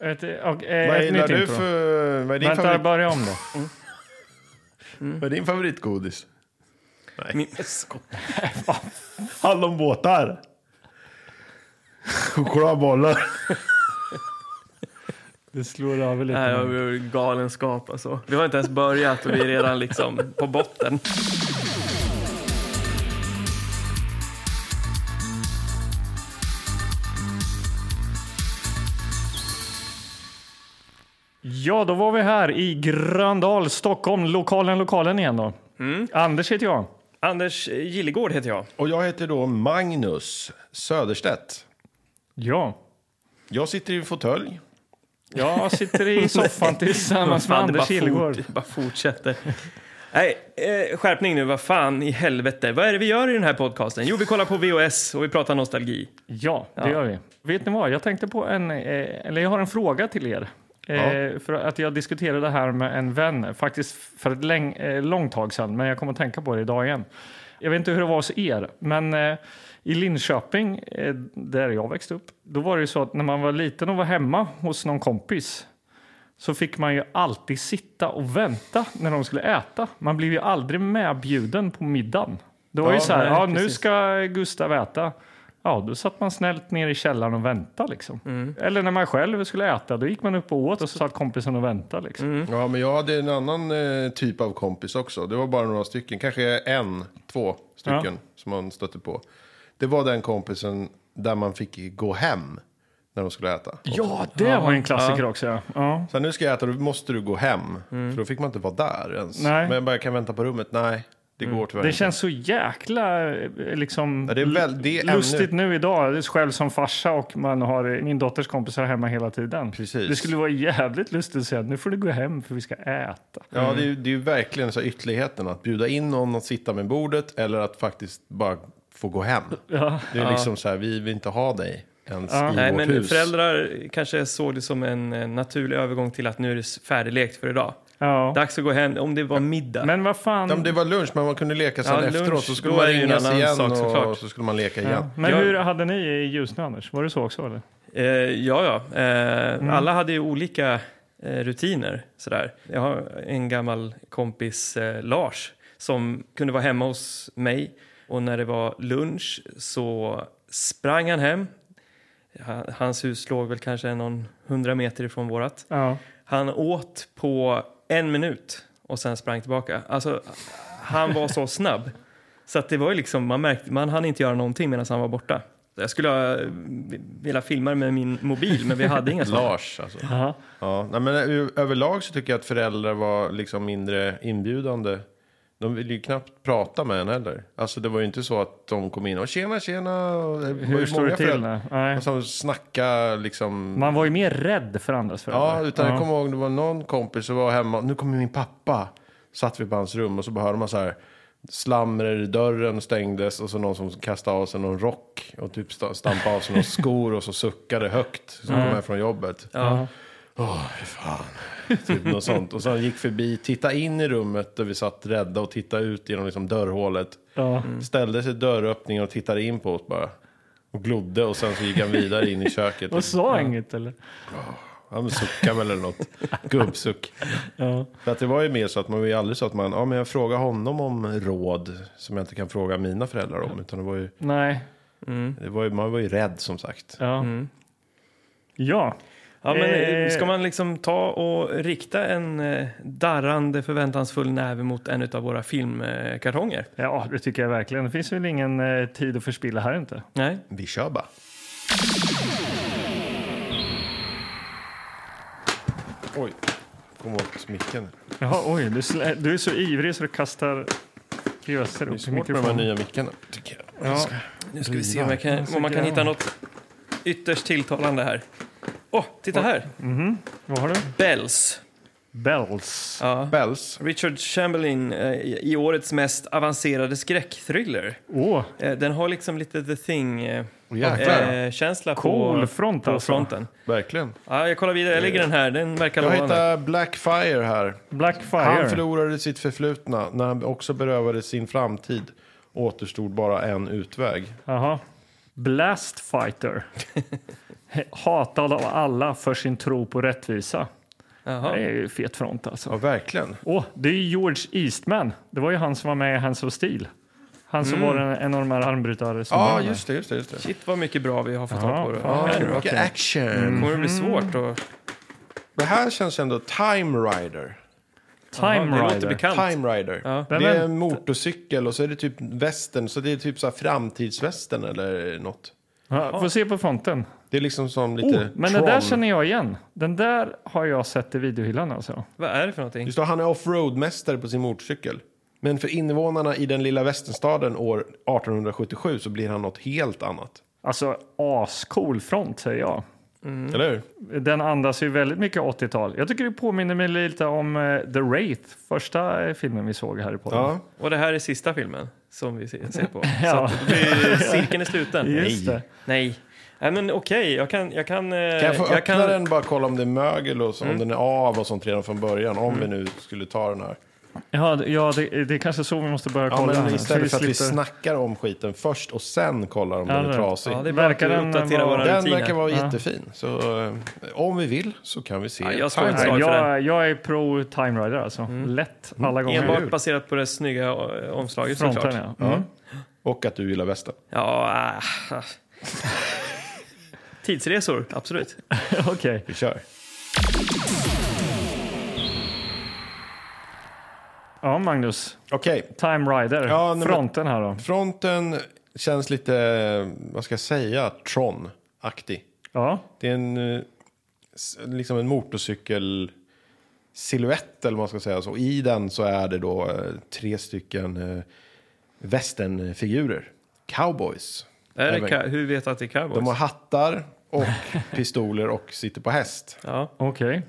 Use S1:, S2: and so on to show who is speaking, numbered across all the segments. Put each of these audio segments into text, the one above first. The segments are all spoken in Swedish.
S1: Ett, och,
S2: Vad
S1: eh, ett
S2: gillar
S1: nytt
S2: du
S1: intro.
S2: för... Vad är din,
S1: Vänta,
S2: favorit,
S1: börja om det.
S2: vad är din favoritgodis?
S3: Min,
S2: Hallonbåtar. Chokladbollar.
S1: Det slår över lite.
S3: nej, jag är ju galenskap alltså. Vi har inte ens börjat och vi är redan liksom på botten.
S1: Ja, då var vi här i Gröndal, Stockholm. Lokalen, lokalen igen då.
S3: Mm.
S1: Anders heter jag.
S3: Anders Gillegård heter jag.
S2: Och jag heter då Magnus Söderstedt.
S1: Ja.
S2: Jag sitter i fåtölj.
S1: Jag sitter i soffan tillsammans med
S3: Fan, det bara
S1: Anders Hillegård.
S3: fort- bara fortsätter. Nej, eh, skärpning nu, vad fan i helvete. Vad är det vi gör i den här podcasten? Jo, vi kollar på VOS och vi pratar nostalgi.
S1: Ja, det
S3: Ja.
S1: gör vi. Vet ni vad? Jag tänkte på en... eh, Eller jag har en fråga till er. Eh, För att jag diskuterade det här med en vän, faktiskt för ett läng, eh, långt tag sedan, men jag kommer att tänka på det idag igen. Jag vet inte hur det var hos er, men eh, i Linköping, eh, där jag växte upp, då var det ju så att när man var liten och var hemma hos någon kompis så fick man ju alltid sitta och vänta när de skulle äta. Man blev ju aldrig medbjuden på middagen. Det var
S2: Ja,
S1: ju så här,
S3: nej,
S1: ja nu
S3: precis.
S1: ska Gustav äta. Ja, då satt man snällt ner i källaren och väntade liksom.
S3: Mm.
S1: Eller när man själv skulle äta, då gick man upp och åt och så satt kompisen och väntade liksom.
S3: Mm.
S2: Ja, men jag hade en annan eh, typ av kompis också. Det var bara några stycken, kanske en, två stycken som man stötte på. Det var den kompisen där man fick gå hem när de skulle äta.
S1: Ja, det var en klassiker också. Ja. Ja.
S2: Så här, nu ska jag äta, då måste du gå hem. För då fick man inte vara där ens.
S1: Mm. Nej. Mm.
S2: Men jag bara kan vänta på rummet. Nej, det går tyvärr
S1: Det
S2: inte.
S1: känns så jäkla eh, liksom,
S2: Ja, det är väl, det är
S1: lustigt
S2: Ännu.
S1: nu idag, själv som farsa och man har eh, min dotters kompisar hemma hela tiden.
S2: Precis.
S1: Det skulle vara jävligt lustigt att säga nu får du gå hem för vi ska äta.
S2: Ja, det är,
S1: Mm.
S2: ju- det är ju verkligen så här ytterligheten. Att bjuda in någon att sitta med bordet eller att faktiskt bara få gå hem.
S1: Ja.
S2: Det är liksom så här, vi vill inte ha dig ens i
S3: Nej,
S2: vårt
S3: men
S2: hus.
S3: föräldrar kanske såg det som en eh, naturlig övergång till att nu är det s- färdiglekt för idag.
S1: Ja.
S3: Dags att gå hem, om det var middag.
S1: Men vad fan.
S2: Ja, men det var lunch, men man kunde leka sen
S3: Ja, lunch,
S2: efteråt. Så skulle
S3: då
S2: man
S3: är det ju en
S2: ringas
S3: annan
S2: igen
S3: sak,
S2: och
S3: såklart.
S2: så skulle man leka igen.
S1: ja. men
S3: Jag-
S1: hur hade ni i Ljusne Anders? Var det så också eller?
S3: Eh, ja, ja. Eh, Alla hade ju olika eh, rutiner. Sådär. Jag har en gammal kompis, eh, Lars, som kunde vara hemma hos mig. Och när det var lunch så sprang han hem. Ha- Hans hus låg väl kanske någon hundra meter ifrån vårat.
S1: Ja.
S3: Han åt på en minut och sen sprang tillbaka. Alltså, han var så snabb. Så att det var ju liksom, man märkte, man hann inte göra någonting medan han var borta. Jag skulle ha eh, vilja filma det med min mobil, men vi hade inga sådana.
S2: Lars alltså.
S1: Aha.
S2: Ja, nej, men ö- överlag så tycker jag att föräldrar var liksom mindre inbjudande. De ville ju knappt prata med en heller. Alltså det var ju inte så att de kom in och tjena, tjena. och det var ju
S1: Hur står
S2: många
S1: det till?
S2: föräldrar
S1: nu? Nej.
S2: Som snackade liksom.
S1: Man var ju mer rädd för andras föräldrar.
S2: Ja, utan jag kommer ihåg det var någon kompis som var hemma. Nu kommer min pappa. Satt vi på hans rum och så bara hörde man så här. Slamrer i dörren stängdes och så någon som kastade av sig någon rock och typ sta- stampade av sig några skor och så suckade högt. Som kom här från jobbet.
S3: Ja.
S2: Åh, fy fan. Typ något sånt. Och sen gick förbi, titta in i rummet där vi satt rädda och titta ut genom liksom dörrhålet.
S1: Ja.
S2: Ställde sig i dörröppningen och tittade in på oss bara. Och glodde och sen så gick han vidare in i köket.
S1: Och sa inget eller?
S2: Han suckade väl eller något. Gubbsuck.
S1: Ja.
S2: För att det var ju mer så att man var ju aldrig så att man, ja men jag frågar honom om råd som jag inte kan fråga mina föräldrar om. Utan det var ju,
S1: Nej.
S2: det var ju man var ju rädd som sagt.
S1: Ja. Ja.
S3: Ja, men eh,
S1: Eh.
S3: ska man liksom ta och rikta en eh, darrande förväntansfull näve mot en av våra filmkartonger?
S1: ja, det tycker jag verkligen. Det finns väl ingen eh, tid att förspilla här inte.
S3: Nej.
S2: Vi kör bara. Oj, kom åt micken.
S1: Jaha, oj, du, slä, du är så ivrig så du kastar grösor
S2: Det är
S1: upp i
S2: svårt med de här
S1: mikrofonen.
S2: nya mickarna tycker jag.
S1: Ja.
S3: Nu ska vi se om, jag kan, om man kan hitta något ytterst tilltalande här. Åh, titta här!
S1: Vad har du?
S3: Bells.
S1: Bells.
S3: Ja.
S2: Bells.
S3: Richard Chamberlain eh, i i årets mest avancerade skräckthriller.
S1: Åh,
S3: Eh, Den har liksom lite The Thing-känsla
S2: Åh, jäklar. Eh,
S3: på,
S1: cool front
S3: på
S1: alltså.
S3: fronten.
S2: Verkligen.
S3: Ja, jag kollar vidare, jag lägger den här. Den verkar
S2: Jag
S3: lovande.
S2: hittar Blackfire här. Han
S1: Blackfire.
S2: förlorade sitt förflutna när han också berövade sin framtid. Återstod bara en utväg.
S1: Jaha. Blast fighter. Hatad av alla för sin tro på rättvisa. Det
S3: Jaha.
S1: är ju fet front alltså.
S2: Ja, verkligen.
S1: Åh, det är ju George Eastman. Det var ju han som var med i Hands of Steel. Han som
S3: Mm.
S1: var en, en av de här armbrytare som
S2: Ja,
S1: var med.
S2: just det, just det. Just det.
S3: Shit vad mycket bra vi har fått
S1: Ja,
S3: tag på. Det.
S1: fan.
S3: Ja, det är bra.
S2: Mycket action.
S3: Kommer det bli
S2: Mm.
S3: svårt då?
S2: Det här känns ändå Time Rider.
S3: Ja,
S1: Time
S3: det låter
S1: Rider.
S3: bekant.
S2: Time Rider.
S3: Ja.
S2: Det är
S1: Vem-
S2: en motorcykel och så är det typ västern, så det är typ så här framtidsvästern eller något.
S1: Ja, får se på fronten.
S2: Det är liksom som lite
S1: Oh, men
S2: Tron.
S1: den där känner jag igen. Den där har jag sett i videohyllan alltså.
S3: Vad är det för någonting?
S2: Just då, han är offroadmästare på sin motorcykel. Men för invånarna i den lilla västernstaden år 1877 så blir han något helt annat.
S1: Alltså ascool front säger jag.
S2: Eller hur?
S1: Den andas ju väldigt mycket 80-tal. Jag tycker det påminner mig lite om eh, The Wraith, första eh, filmen vi såg här i podden.
S2: Ja.
S3: Och det här är sista filmen som vi se- ser på. Så
S1: Ja.
S3: att det blir, cirkeln är sluten.
S1: Just det.
S3: Nej. Nej, men okej, jag kan... Jag kan, eh,
S2: Kan jag få öppna den bara kolla om det är mögel och så, om den är av och sånt redan från början? Om vi nu skulle ta den här.
S1: Ja, det- ja det, det är kanske så vi måste börja
S2: Ja,
S1: kolla. här.
S2: men istället
S1: Så
S2: för att vi
S1: slipper-
S2: snackar om skiten först och sen kollar om
S1: Ja,
S2: den är
S1: det-
S2: trasig.
S3: Ja, det är bra
S1: Verkar
S3: att du
S1: den
S3: uppdaterar
S1: vara-
S3: våra
S2: Den
S3: rutiner.
S2: verkar vara
S1: Ja.
S2: jättefin. Så eh, om vi vill så kan vi se.
S3: Ja, jag står
S2: Time
S3: ett slag
S1: Nej,
S3: för
S1: jag, jag är pro Time Rider alltså.
S2: Mm.
S1: Lätt alla gånger.
S3: Enbart baserat på det snygga eh, omslaget såklart.
S1: Fronten, ja. Mm.
S2: Och att du gillar västen.
S3: Ja, ah. Tidsresor, absolut.
S1: Okej.
S2: Vi kör.
S1: Ja, Magnus.
S2: Okej,
S1: Time Rider.
S2: Ja, nej, men-
S1: Fronten här då.
S2: fronten känns lite, eh, vad ska jag säga, Tron-aktig.
S1: Ja.
S2: Det är en, eh, s- liksom en motorcykel silhuett eller vad man ska säga. Så i den så är det då eh, tre stycken eh, västernfigurer. Cowboys.
S3: Är det
S2: Även-
S3: ka- hur vet du att det är cowboys?
S2: De har hattar och pistoler och sitter på häst.
S3: ja.
S1: Okej.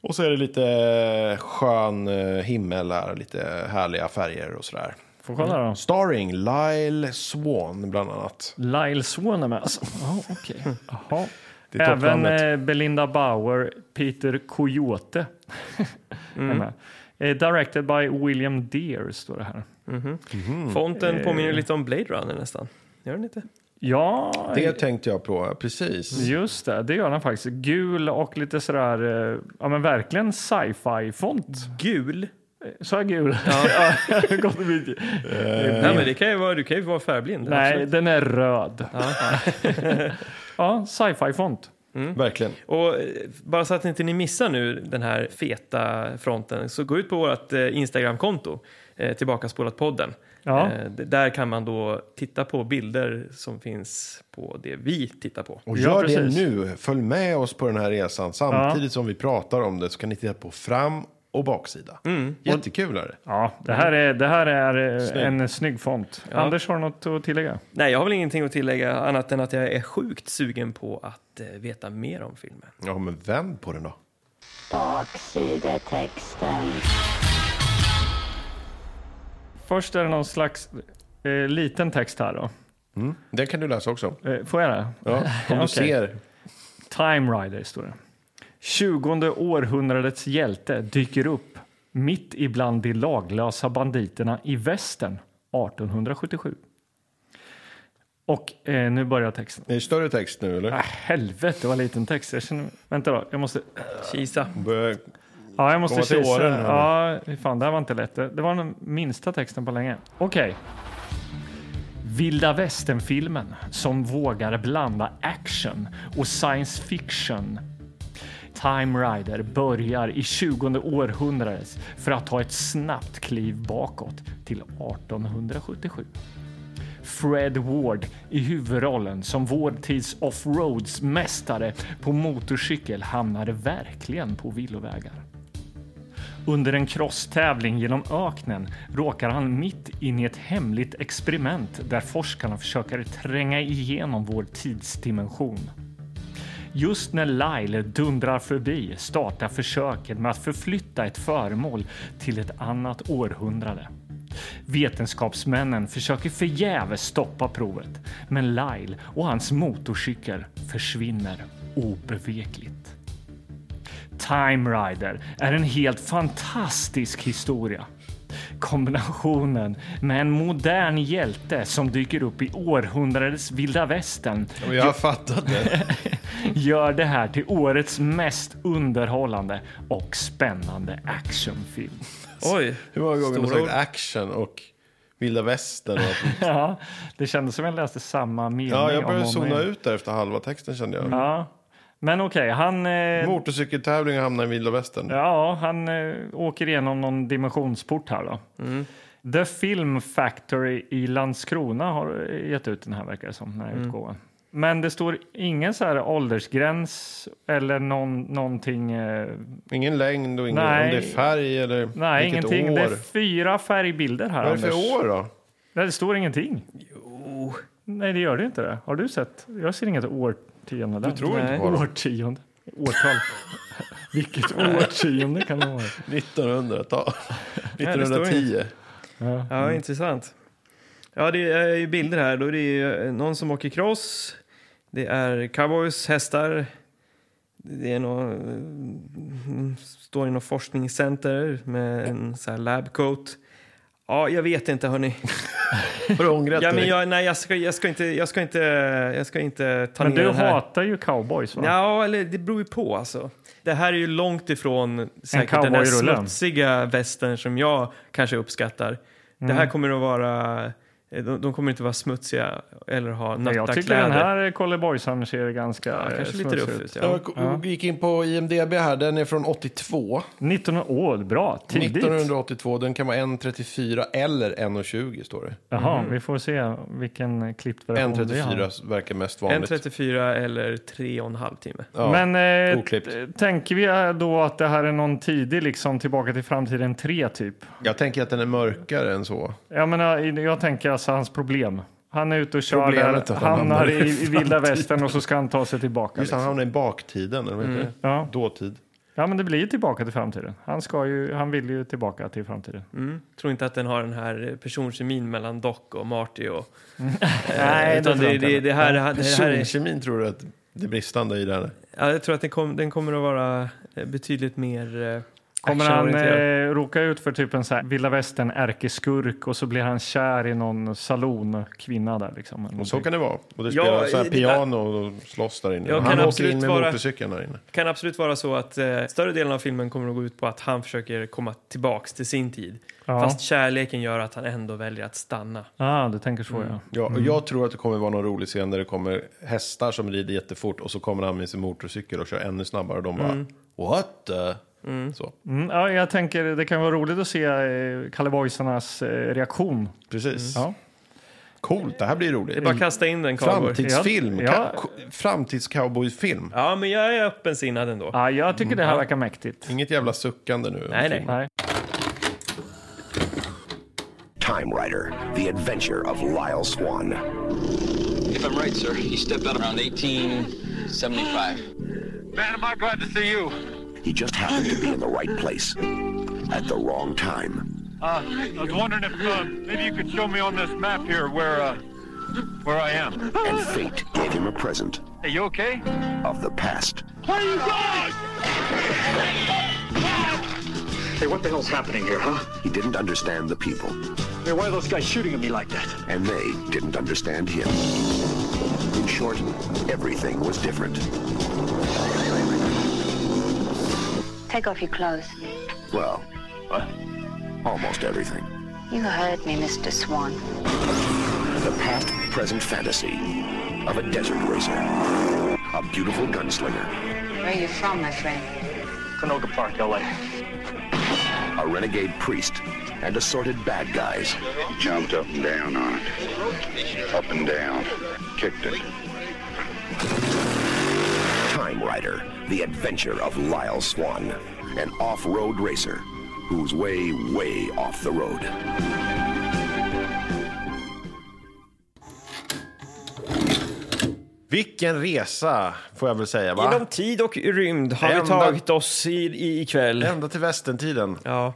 S2: Och så är det lite eh, skön eh, himmel här, lite härliga färger och sådär.
S1: Får kolla
S2: Mm.
S1: då.
S2: Starring Lyle Swan bland annat.
S1: Lyle Swan är med alltså. Ja, okej. Jaha.
S2: Det är
S1: Även
S2: topplandet.
S1: eh, Belinda Bauer, Peter Coyote
S2: Mm.
S1: är med. Eh, Directed by William Deere står det här.
S3: mhm.
S1: Mhm.
S3: Fonten
S1: Eh.
S3: påminner lite om Blade Runner nästan. Gör den inte?
S1: Ja,
S2: Det tänkte jag på, precis.
S1: just det. Det gör den faktiskt. Gul och lite sådär, eh, ja men verkligen sci-fi font.
S2: Eh.
S3: Gul?
S1: Mm. Sa jag gul?
S3: Ja.
S1: Gott och mycket.
S2: Eh,
S3: Nej, men det kan ju vara, du kan ju vara färgblind.
S1: Nej,
S3: absolut.
S1: den är röd. ja, sci-fi font.
S2: Verkligen.
S3: Och eh, bara så att inte ni missar nu den här feta fronten så gå ut på vårt eh, Instagramkonto, eh, Tillbakaspolat podden.
S1: Ja.
S3: Eh, d- där kan man då titta på bilder som finns på det vi tittar på.
S1: Ja,
S2: Och gör det
S1: precis.
S2: nu. Följ med oss på den här resan. Samtidigt som vi pratar om det så kan ni titta på fram och baksida. Jättekul är det.
S1: Ja, det här är, det här är eh,
S2: Snygg.
S1: en Mm. snygg font. Anders, har du något att tillägga?
S3: Nej, jag har väl ingenting att tillägga annat än att jag är sjukt sugen på att eh, veta mer om filmen.
S2: Ja, men vänd på den då.
S4: Baksidetexten.
S1: Först är det någon slags eh, liten text här då.
S2: Den kan du läsa också.
S1: Eh, får jag det?
S2: Ja, om du
S1: Okej.
S2: ser.
S1: Time Rider står det. 20 århundradets hjälte dyker upp mitt ibland de laglösa banditerna i västern 1877. Och eh, nu börjar texten.
S2: Är det större text nu eller?
S1: Ah, helvete vad liten text. Jag känner, vänta då, jag måste...
S3: Kisa.
S2: Börja-
S1: Ja, jag måste
S2: Komma till
S1: kisa.
S2: åren nu.
S1: Ja, fan, det här var inte lätt. Det var den minsta texten på länge. Okej. Vilda västern-filmen som vågar blanda action och science fiction. Time Rider börjar i 20 århundradet för att ta ett snabbt kliv bakåt till 1877. Fred Ward i huvudrollen som vår tids offroads-mästare på motorcykel hamnade verkligen på villovägar. Under en crosstävling genom öknen råkar han mitt in i ett hemligt experiment där forskarna försöker tränga igenom vår tidsdimension. Just när Lyle dundrar förbi startar försöket med att förflytta ett föremål till ett annat århundrade. Vetenskapsmännen försöker förgäves stoppa provet, men Lyle och hans motorcykel försvinner obevekligt. Time Rider är en helt fantastisk historia. Kombinationen med en modern
S2: Eh,
S1: hjälte som dyker upp i århundradets vilda västern
S2: Jag har fattat det.
S1: gör det här till årets mest underhållande och spännande actionfilm.
S3: Oj,
S2: Hur många gånger har
S3: Stora
S2: du sagt action och vilda västern? Och...
S1: Ja, det kändes som jag läste samma mening.
S2: Ja, jag
S1: om
S2: började
S1: och om
S2: zona
S1: igen.
S2: ut där efter halva texten kände jag.
S1: Ja. Men okej, han... Eh,
S2: Motorcykeltävling och hamnade i vilda västern.
S1: Ja, han eh, åker igenom någon dimensionsport här då.
S2: Mm.
S1: The Film Factory i Landskrona har eh, gett ut den här verkar det som, den här
S2: Mm.
S1: utgåvan. Men det står ingen så här åldersgräns eller någon, någonting. Eh,
S2: Ingen längd och ingen,
S1: Nej.
S2: om det är färg eller
S1: nej,
S2: vilket
S1: ingenting.
S2: år.
S1: Det är fyra färgbilder här.
S2: Vad är det för
S1: Anders.
S2: år då?
S1: Nej, Det står ingenting. Nej, det gör det inte. Det. Har du sett? Jag ser inget årtionde. där.
S2: Du tror
S3: Nej.
S2: inte på det?
S1: Årtionde. Årtal. Vilket årtionde kan det vara?
S2: 1900-tal.
S3: Nej, det står
S2: 1910.
S1: Ja.
S3: Ja, intressant. Ja, det är ju bilder här. Då är det ju eh, någon som åker cross. Det är cowboys, hästar. Det är någon, eh, står i något forskningscenter med en så här labcoat. Ja, jag vet inte hörni.
S2: Har du ångrat
S3: Ja, men
S2: dig?
S3: jag, nej, jag ska, jag ska inte, jag ska inte, eh, jag ska inte ta
S1: Men
S3: ner
S1: du
S3: den här.
S1: hatar ju cowboys va?
S3: Ja, eller det beror ju på alltså. Det här är ju långt ifrån säkert den där
S1: cowboyrulle.
S3: smutsiga västern som jag kanske uppskattar. Det
S1: Mm.
S3: här kommer att vara, eh, de, de kommer inte vara smutsiga eller ha nötta
S1: Men jag tycker
S3: kläder.
S1: den här Kolleborgsan ser ganska
S3: ja,
S1: eh,
S3: kanske lite typ.
S1: smutsig
S3: ruff
S1: ut.
S3: ut. Ja.
S2: Jag k- gick in på IMDB här, den är från 82.
S1: 19 år, bra, tidigt.
S2: 1982, den kan vara 1.34 eller 1.20 står det.
S1: Jaha,
S3: Mm.
S1: vi får se vilken klippt version vi har.
S2: 1.34 verkar mest vanligt.
S3: 1.34 eller 3,5 timme.
S2: Ja.
S1: Men eh,
S2: oklippt.
S1: t- tänker vi eh, då att det här är någon tidig liksom Tillbaka till framtiden 3 typ?
S2: Jag tänker att den är mörkare än så.
S1: Jag menar, i- jag tänker alltså hans problem. Han är ute och kör
S2: Problemet
S1: där,
S2: att han
S1: hamnar
S2: hamnar
S1: i, i vilda västern och så ska han ta sig tillbaka.
S2: Just det,
S1: liksom.
S2: han hamnar i baktiden, eller vad heter det?
S1: Ja.
S2: Dåtid.
S1: ja, men det blir ju Tillbaka till framtiden. Han, ska ju, han vill ju tillbaka till framtiden.
S3: Mm. Tror inte att den har den här personkemin mellan Doc och Marty. Och,
S1: Mm.
S3: eh,
S1: Nej, det
S3: utan
S1: tror jag
S3: det,
S1: inte heller.
S3: det, det, här, det här är,
S2: Personkemin tror du att det är bristande i den?
S3: ja, jag tror att den, kom, den kommer att vara eh, betydligt mer eh,
S1: Kommer han
S3: actionorienterad.
S1: eh, råka ut för typ en så här vilda västern ärkeskurk och så blir han kär i någon salonkvinna där liksom? eller
S2: Och så
S1: någonting.
S2: kan det vara. Och Mm. det
S3: Ja,
S2: spelar så här
S3: det-
S2: piano och slåss där inne.
S3: Jag
S2: Och
S3: kan
S2: han åker
S3: absolut
S2: in med
S3: vara-
S2: motorcykeln där inne.
S3: kan absolut vara så att eh, större delen av filmen kommer att gå ut på att han försöker komma tillbaks till sin tid.
S1: Ja.
S3: Fast kärleken gör att han ändå väljer att stanna.
S1: Ah, du tänker så
S3: Mm.
S1: ja.
S2: Ja, och Jag tror att det kommer vara någon rolig scen där det kommer hästar som rider jättefort och så kommer han med sin motorcykel och kör ännu snabbare och de bara
S3: Mm.
S2: What the? Så,
S1: Mm, ja, jag tänker det kan vara roligt att se eh, Kallebojsarnas eh, reaktion.
S2: precis.
S1: Ja.
S2: Coolt, det här blir
S3: Det är
S2: roligt.
S3: bara att kasta in den cowboy.
S2: Framtidsfilm,
S1: Ja. Ja.
S2: Ka- ko- framtidscowboyfilm.
S3: Ja, men jag är öppensinnad ändå.
S1: Ah, jag
S3: Mm.
S1: tycker det här verkar mäktigt.
S2: Inget jävla suckande nu.
S3: Nej, nej.
S1: Nej.
S4: Time Rider, the adventure of Lyle Swan.
S5: If I'm right, sir, he stepped out around 1875.
S6: Man, am I glad to see you.
S4: He just happened to be in the right place at the wrong time.
S6: Uh, I was wondering if uh, maybe you could show me on this map here where uh, where I am.
S4: And fate gave him a present
S6: Hey, you okay?
S4: of the past.
S6: Where are you going?
S7: Hey, what the hell's happening here, huh?
S4: He didn't understand the people,
S7: Hey, why are those guys shooting at me like that?
S4: and they didn't understand him. In short, everything was different.
S8: Take off your clothes.
S4: Well, what? almost everything.
S8: You heard me, Mr. Swan.
S4: The past present fantasy of a desert racer, a beautiful gunslinger,
S8: Where are you from, my friend?
S7: Canoga Park, LA.
S4: a renegade priest, and assorted bad guys.
S9: Jumped up and down on it. Up and down. Kicked it.
S4: Time Rider, the adventure of Lyle Swan, an off-road racer who's way, way off the road.
S2: Vilken resa, får jag väl säga. Va?
S3: Inom tid och rymd har
S2: Ända-
S3: vi tagit oss i, i, ikväll.
S2: Ända till västentiden.
S3: Ja.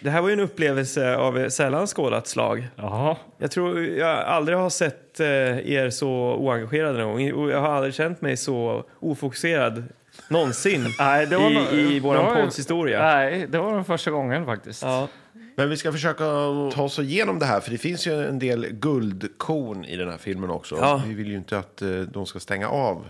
S3: Det här var ju en upplevelse av sällan skådat slag.
S1: Jaha.
S3: Jag tror jag aldrig har sett eh, er så oengagerade någon gång. Och Jag har aldrig känt mig så ofokuserad någonsin
S1: Nej, det var
S3: i,
S1: nog-
S3: i
S1: det var
S3: vår
S1: ju-
S3: podds historia.
S1: Nej, det var den första gången faktiskt.
S3: Ja.
S2: Men vi ska försöka ta oss igenom det här, för det finns ju en del guldkorn i den här filmen också.
S3: Ja.
S2: Vi vill ju inte att eh, de ska stänga av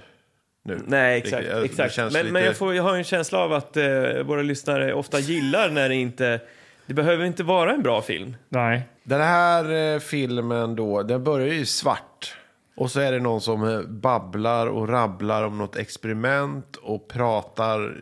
S2: nu.
S3: Nej, exakt.
S2: Det- det
S3: exakt. Men,
S2: känns lite-
S3: men jag, får, jag har en känsla av att eh, våra lyssnare ofta gillar när det inte... Det behöver inte vara en bra film.
S1: Nej.
S2: Den här eh, filmen då, den börjar ju i svart. Och så är det någon som eh, babblar och rabblar om något experiment och pratar.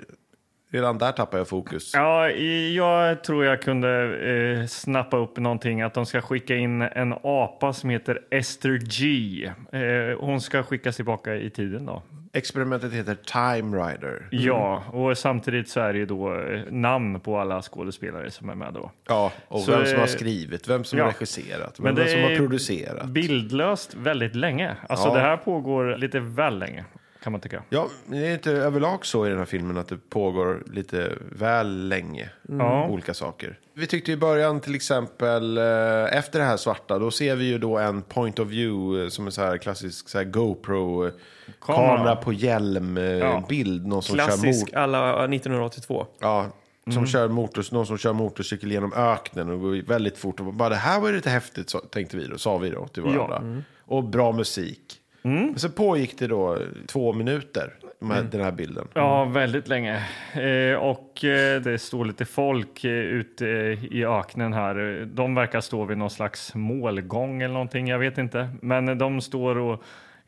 S2: Redan där tappar jag fokus.
S1: Ja, i- jag tror jag kunde eh, snappa upp någonting att de ska skicka in en apa som heter Esther G. Eh, hon ska skickas tillbaka i tiden då.
S2: Mm. Experimentet heter Time Rider.
S1: Ja, och samtidigt så är det ju då eh, namn på alla skådespelare som är med då.
S2: Ja, och
S1: Så,
S2: vem som har
S1: eh,
S2: skrivit, vem som
S1: ja.
S2: har regisserat,
S1: Men
S2: vem, vem
S1: det
S2: som
S1: är-
S2: har producerat.
S1: Bildlöst väldigt länge. Alltså
S2: Ja.
S1: det här pågår lite väl länge kan man tycka.
S2: Ja, men det är inte överlag så i den här filmen att det pågår lite väl länge.
S1: Mm.
S2: Mm.
S1: Ja.
S2: Olika saker. Vi tyckte i början till exempel, eh, efter det här svarta, då ser vi ju då en point of view eh, som en så här klassisk så här GoPro-kamera
S1: Kamera.
S2: på
S1: Ja.
S2: hjälm-bild. Någon som kör mot
S3: Klassisk alla eh, 1982.
S2: Ja, som kör motors, någon som kör motorcykel genom öknen och går väldigt fort. Och bara, det här var ju lite häftigt, så, tänkte vi då, sa vi då till varandra. Och bra musik. Men sen pågick det då två minuter, de här, den här bilden.
S1: Ja, väldigt länge. Eh, och eh, det står lite folk eh, ute i öknen här. De verkar stå vid någon slags målgång eller någonting, jag vet inte. Men eh, de står och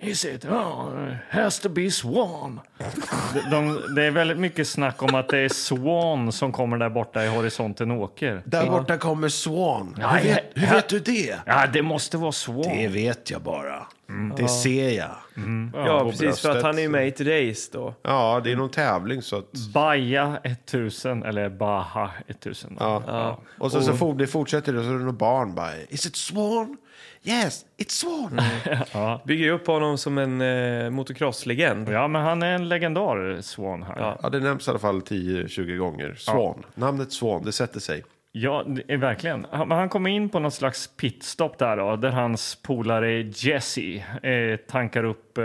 S1: Is it? Oh, has to be Swan. De, de, det är väldigt mycket snack om att det är Swan som kommer där borta i horisonten och åker.
S2: Där borta kommer Swan.
S1: Nej,
S2: hur vet, hur
S1: här-
S2: vet du det?
S1: Ja, det måste vara Swan.
S2: Det vet jag bara. Det ser jag.
S3: Ja, precis. För att
S2: bröstet.
S3: han är ju med i ett race då.
S2: Ja, det är någon tävling så att...
S1: Mm. Baja 1000 eller Baha 1000.
S2: Ja. Och så, så for, det fortsätter det, så är det några barn bara. Is it Swan? Yes, it's Swan.
S3: Bygger ju upp honom som en eh, motocrosslegend.
S1: ja, men han är en legendar, Swan här.
S3: Ja.
S2: Ja, det nämns i alla fall 10-20 gånger. Swan. Namnet Swan, det sätter sig.
S1: Ja, det är verkligen. Han, men han kommer in på någon slags pitstop där då, där hans polare Jesse eh, tankar upp eh,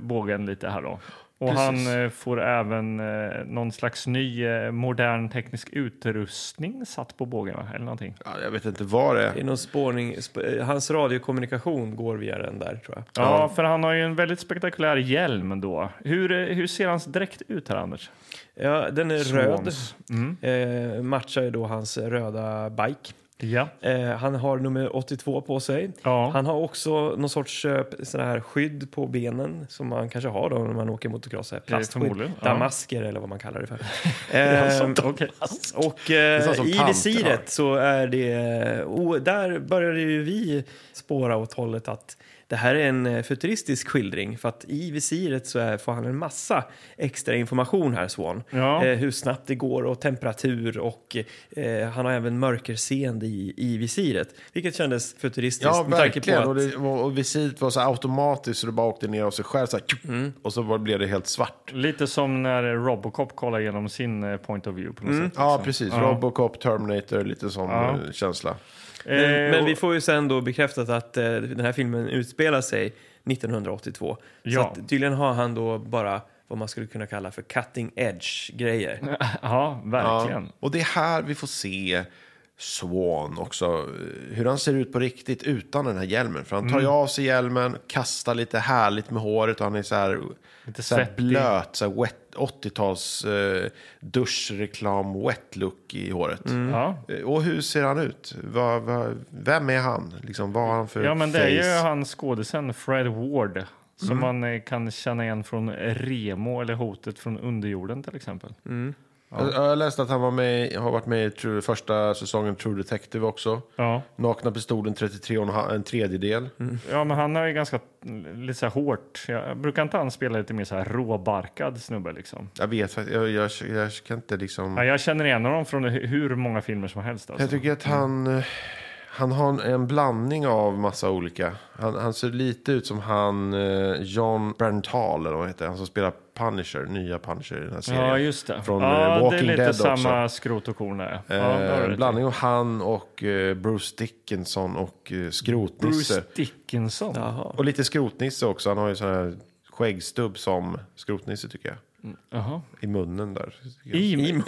S1: bågen lite här då. Och
S2: Precis.
S1: han eh, får även eh, någon slags ny eh, modern teknisk utrustning satt på bågen va? eller någonting.
S2: Ja, jag vet inte vad det
S3: Det
S2: är.
S3: är någon spårning. Sp- eh, hans radiokommunikation går via den där tror jag.
S1: Ja, för han har ju en väldigt spektakulär hjälm då. Hur, eh, hur ser hans dräkt ut här Anders?
S3: Ja, den är
S1: Swans.
S3: röd. Eh, matchar ju då hans röda bike.
S1: Ja.
S3: Eh, han har nummer 82 på sig.
S1: Ja.
S3: Han har också någon sorts eh, sån här skydd på benen som man kanske har då när man åker motocross. så här Plastskydd.
S1: förmodligen, ja. alltså
S3: Damasker eller vad man kallar det för. Eh,
S1: Okej.
S3: och
S2: sånt
S3: eh,
S2: som
S3: i
S2: tanter har.
S3: visiret så är det... Och där började ju vi spåra åt hållet att det här är en eh, futuristisk skildring för att i visiret så är, får han en massa extra information här Swan.
S1: Ja.
S3: Eh, hur snabbt det går och temperatur och eh, han har även mörkerseende i, i visiret. Vilket kändes futuristiskt
S2: Ja,
S3: med tanke på
S2: verkligen. Och,
S3: att
S2: det, och och visiret var så här automatiskt så det bara åkte ner av sig själv. Så här, Och så bara blev det helt svart.
S1: Lite som när Robocop kollar genom sin eh, point of view på något sätt.
S2: Mm. Ja, precis. Robocop, Terminator, lite sån eh, känsla.
S1: Eh,
S3: Men
S1: och-
S3: vi får ju sen då bekräftat att eh, den här filmen utspelar sig 1982. Så
S1: Ja.
S3: att tydligen har han då bara vad man skulle kunna kalla för cutting edge-grejer.
S1: Ja, verkligen.
S2: Ja. Och det är här vi får se Swan också, eh, hur han ser ut på riktigt utan den här hjälmen. För han tar ju av sig hjälmen, kastar lite härligt med håret och han är så här,
S1: Lite
S2: så här
S1: svettig.
S2: blöt, så här wet, 80-tals eh, duschreklam wet look i håret.
S1: Ja.
S2: Eh, Och hur ser han ut? Vad- vad- vem är han? Liksom, vad har han för
S1: Ja, men det
S2: face? Mm.
S1: är ju han skådisen Fred Ward som man eh, kan känna igen från Remo eller Hotet från underjorden till exempel.
S2: Mm. Jag- Jag har läst att han var med, i- har varit med i True, första säsongen True Detective också.
S1: Ja.
S2: Nakna pistolen 33 och en ha- en tredjedel.
S1: ja, men han är ju ganska mm, lite så här hårt. Jag brukar inte han spela lite mer så här råbarkad snubbe liksom?
S2: Jag vet faktiskt, jag, jag, jag kan inte
S1: Ja,
S2: liksom...
S1: jag känner igen honom från hu- hur många filmer som helst. Alltså.
S2: Jag tycker att han, eh, han har en, en blandning av massa olika. Han, han ser lite ut som han eh, John Berntal, eller vad han heter. Han som spelar Punisher, nya Punisher i den här serien.
S1: Ja, just det.
S2: Från
S1: ja,
S2: eh, Walking
S1: det är lite
S2: Dead
S1: samma
S2: också.
S1: skrot och korn där. Ja, det har du
S2: Eh,
S1: rätt i.
S2: blandning av han och eh, Bruce Dickinson och eh, Skrotnisse.
S1: Bruce Dickinson.
S3: Jaha.
S2: Och lite Skrotnisse också. Han har ju sån här skäggstubb som Skrotnisse tycker jag.
S1: Jaha.
S2: I munnen där.
S1: I,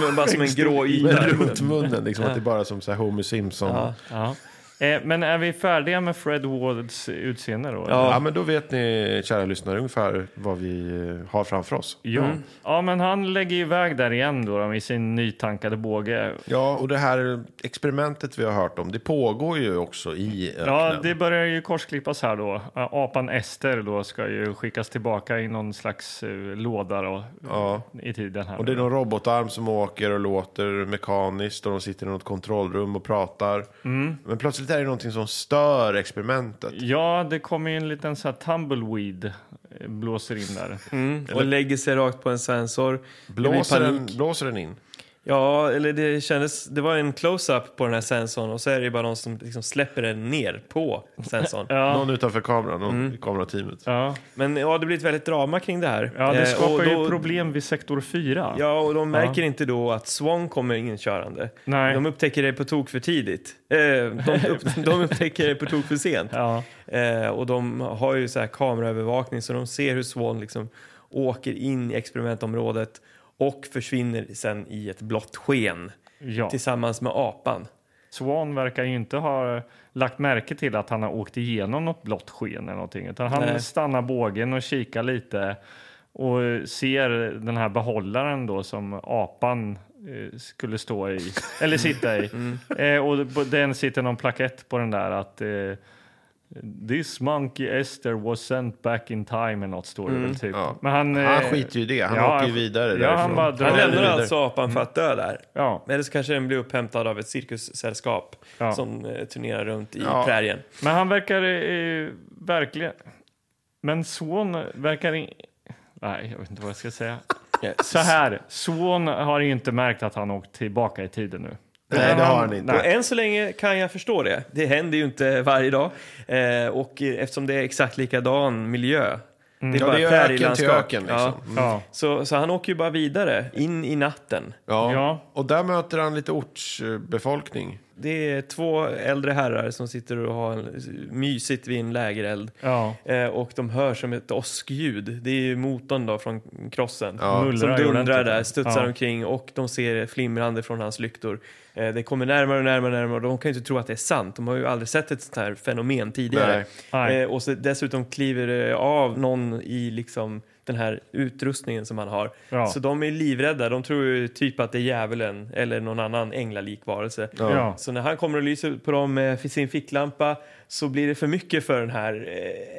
S3: Men bara som en grå
S2: Men
S3: yta.
S2: runt munnen, liksom att det är bara som så här Homer Simpson.
S1: Ja. Eh, men är vi färdiga med Fred Wards utseende då?
S2: Ja. men då vet ni, kära lyssnare, ungefär vad vi eh, har framför oss.
S1: Ja. ja, men han lägger ju iväg där igen då, då med sin nytankade båge.
S2: Ja, och det här experimentet vi har hört om, det pågår ju också i öknen.
S1: Ja, det börjar ju korsklippas här då. Ja, Apan Ester då ska ju skickas tillbaka i någon slags eh, låda då,
S2: Ja.
S1: i tiden här.
S2: Och det är någon robotarm som åker och låter mekaniskt och de sitter i något kontrollrum och pratar.
S1: Mm.
S2: Men plötsligt är det någonting som stör experimentet.
S1: Ja, det kommer ju en liten så här tumbleweed eh, blåser in där.
S3: Mm. Och lägger sig rakt på en sensor. Det blir
S2: Blåser
S3: panik.
S2: den, blåser den in?
S3: Ja, eller det kändes... Det var en close-up på den här sensorn och så är det bara någon som liksom släpper den ner på sensorn.
S2: Någon utanför kameran, någon
S1: Mm.
S2: i kamerateamet.
S1: Ja,
S3: Men ja, det blir ett väldigt drama kring det här.
S1: ja det
S3: Eh,
S1: skapar
S3: och
S1: ju
S3: då-
S1: problem vid sektor 4.
S3: Ja, och de märker inte då att Swan kommer ingen körande.
S1: Nej.
S3: De upptäcker det på tok för tidigt. Eh, de, upp, de upptäcker det på tok för sent.
S1: Ja.
S3: Eh, och de har ju så här kameraövervakning så de ser hur Swan liksom åker in i experimentområdet och försvinner sen i ett blått sken
S1: Ja.
S3: tillsammans med apan.
S1: Swan verkar ju inte ha lagt märke till att han har åkt igenom något blått sken eller någonting, utan han
S3: Nej.
S1: stannar bågen och kikar lite och ser den här behållaren då som apan eh, skulle stå i, eller sitta i. Eh, och det- på den sitter någon plakett på den där att eh, This monkey Esther was sent back in time eller något står det väl typ.
S2: Ja.
S1: Men han, eh,
S2: Han skiter ju i det, han åker ju vidare
S1: Ja,
S2: därifrån.
S1: han bara drar.
S3: Han lämnar
S2: vidare.
S3: alltså apan
S1: Mm.
S3: för att dö där.
S1: Ja.
S3: Eller så kanske den blir upphämtad av ett cirkussällskap
S1: Ja.
S3: som eh, turnerar runt i
S2: Ja.
S3: prärien.
S1: Men han verkar eh, verkligen... Men Swan verkar... In... Nej, jag vet inte vad jag ska säga. Så här, Swan har ju inte märkt att han åkt tillbaka i tiden nu.
S2: Nej, det har han inte.
S3: Och än så länge kan jag förstå det. Det händer ju inte varje dag. Eh, och eh, eftersom det är exakt likadan miljö.
S2: Mm. Ja, det är ju öken till öken liksom.
S3: Ja.
S1: Ja.
S3: Så, så han åker ju bara vidare, in i natten.
S2: Ja.
S1: Ja.
S2: Och där möter han lite ortsbefolkning.
S3: Det är två äldre herrar som sitter och har en, mysigt vid en lägereld.
S1: Ja.
S3: Eh, och de hör som ett åskljud. Det är ju motorn då från krossen.
S1: Mullrar
S3: Som
S1: ju
S3: dundrar
S1: ordentligt.
S3: där, studsar
S1: Ja.
S3: omkring och de ser flimrande från hans lyktor. Eh, det kommer närmare och närmare och närmare och de kan ju inte tro att det är sant. De har ju aldrig sett ett sånt här fenomen tidigare.
S1: Nej. Nej.
S3: Eh, och så dessutom kliver det av någon i liksom den här utrustningen som han har.
S1: Ja.
S3: Så de är livrädda. De tror ju typ att det är djävulen eller någon annan änglalik varelse.
S1: Ja. Mm.
S3: Så när han kommer och lyser på dem med sin ficklampa så blir det för mycket för den här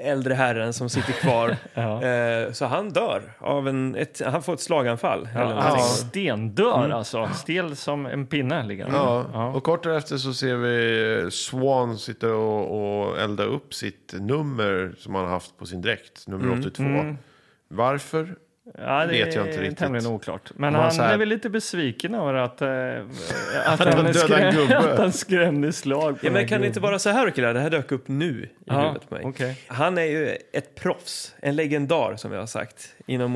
S3: eh, äldre herren som sitter kvar.
S1: Ja.
S3: Eh, Så han dör. Av en, ett, han får ett slaganfall.
S1: Ja,
S3: eller
S1: han
S3: någonting.
S1: stendör alltså. Stel som en pinne ligger han.
S2: Mm. Ja. Och kort därefter så ser vi Swan sitta och, och elda upp sitt nummer som han har haft på sin dräkt, nummer
S1: Mm.
S2: 82. Varför?
S1: Ja, det
S2: vet jag
S1: är
S2: inte riktigt.
S1: tämligen oklart. Men
S2: Om han
S1: han
S2: så här-
S1: är väl lite besviken över att, eh, att,
S2: han
S1: han
S2: dödade
S1: skrä...
S2: en gubbe.
S1: att han skrämde slag på
S3: Ja,
S1: den
S3: men
S1: här
S3: kan det inte
S1: gubben.
S3: vara så här killar? Det här dök upp nu i
S1: Ja,
S3: huvudet på mig.
S1: okej.
S3: Han är ju ett proffs, en legendar som jag har sagt inom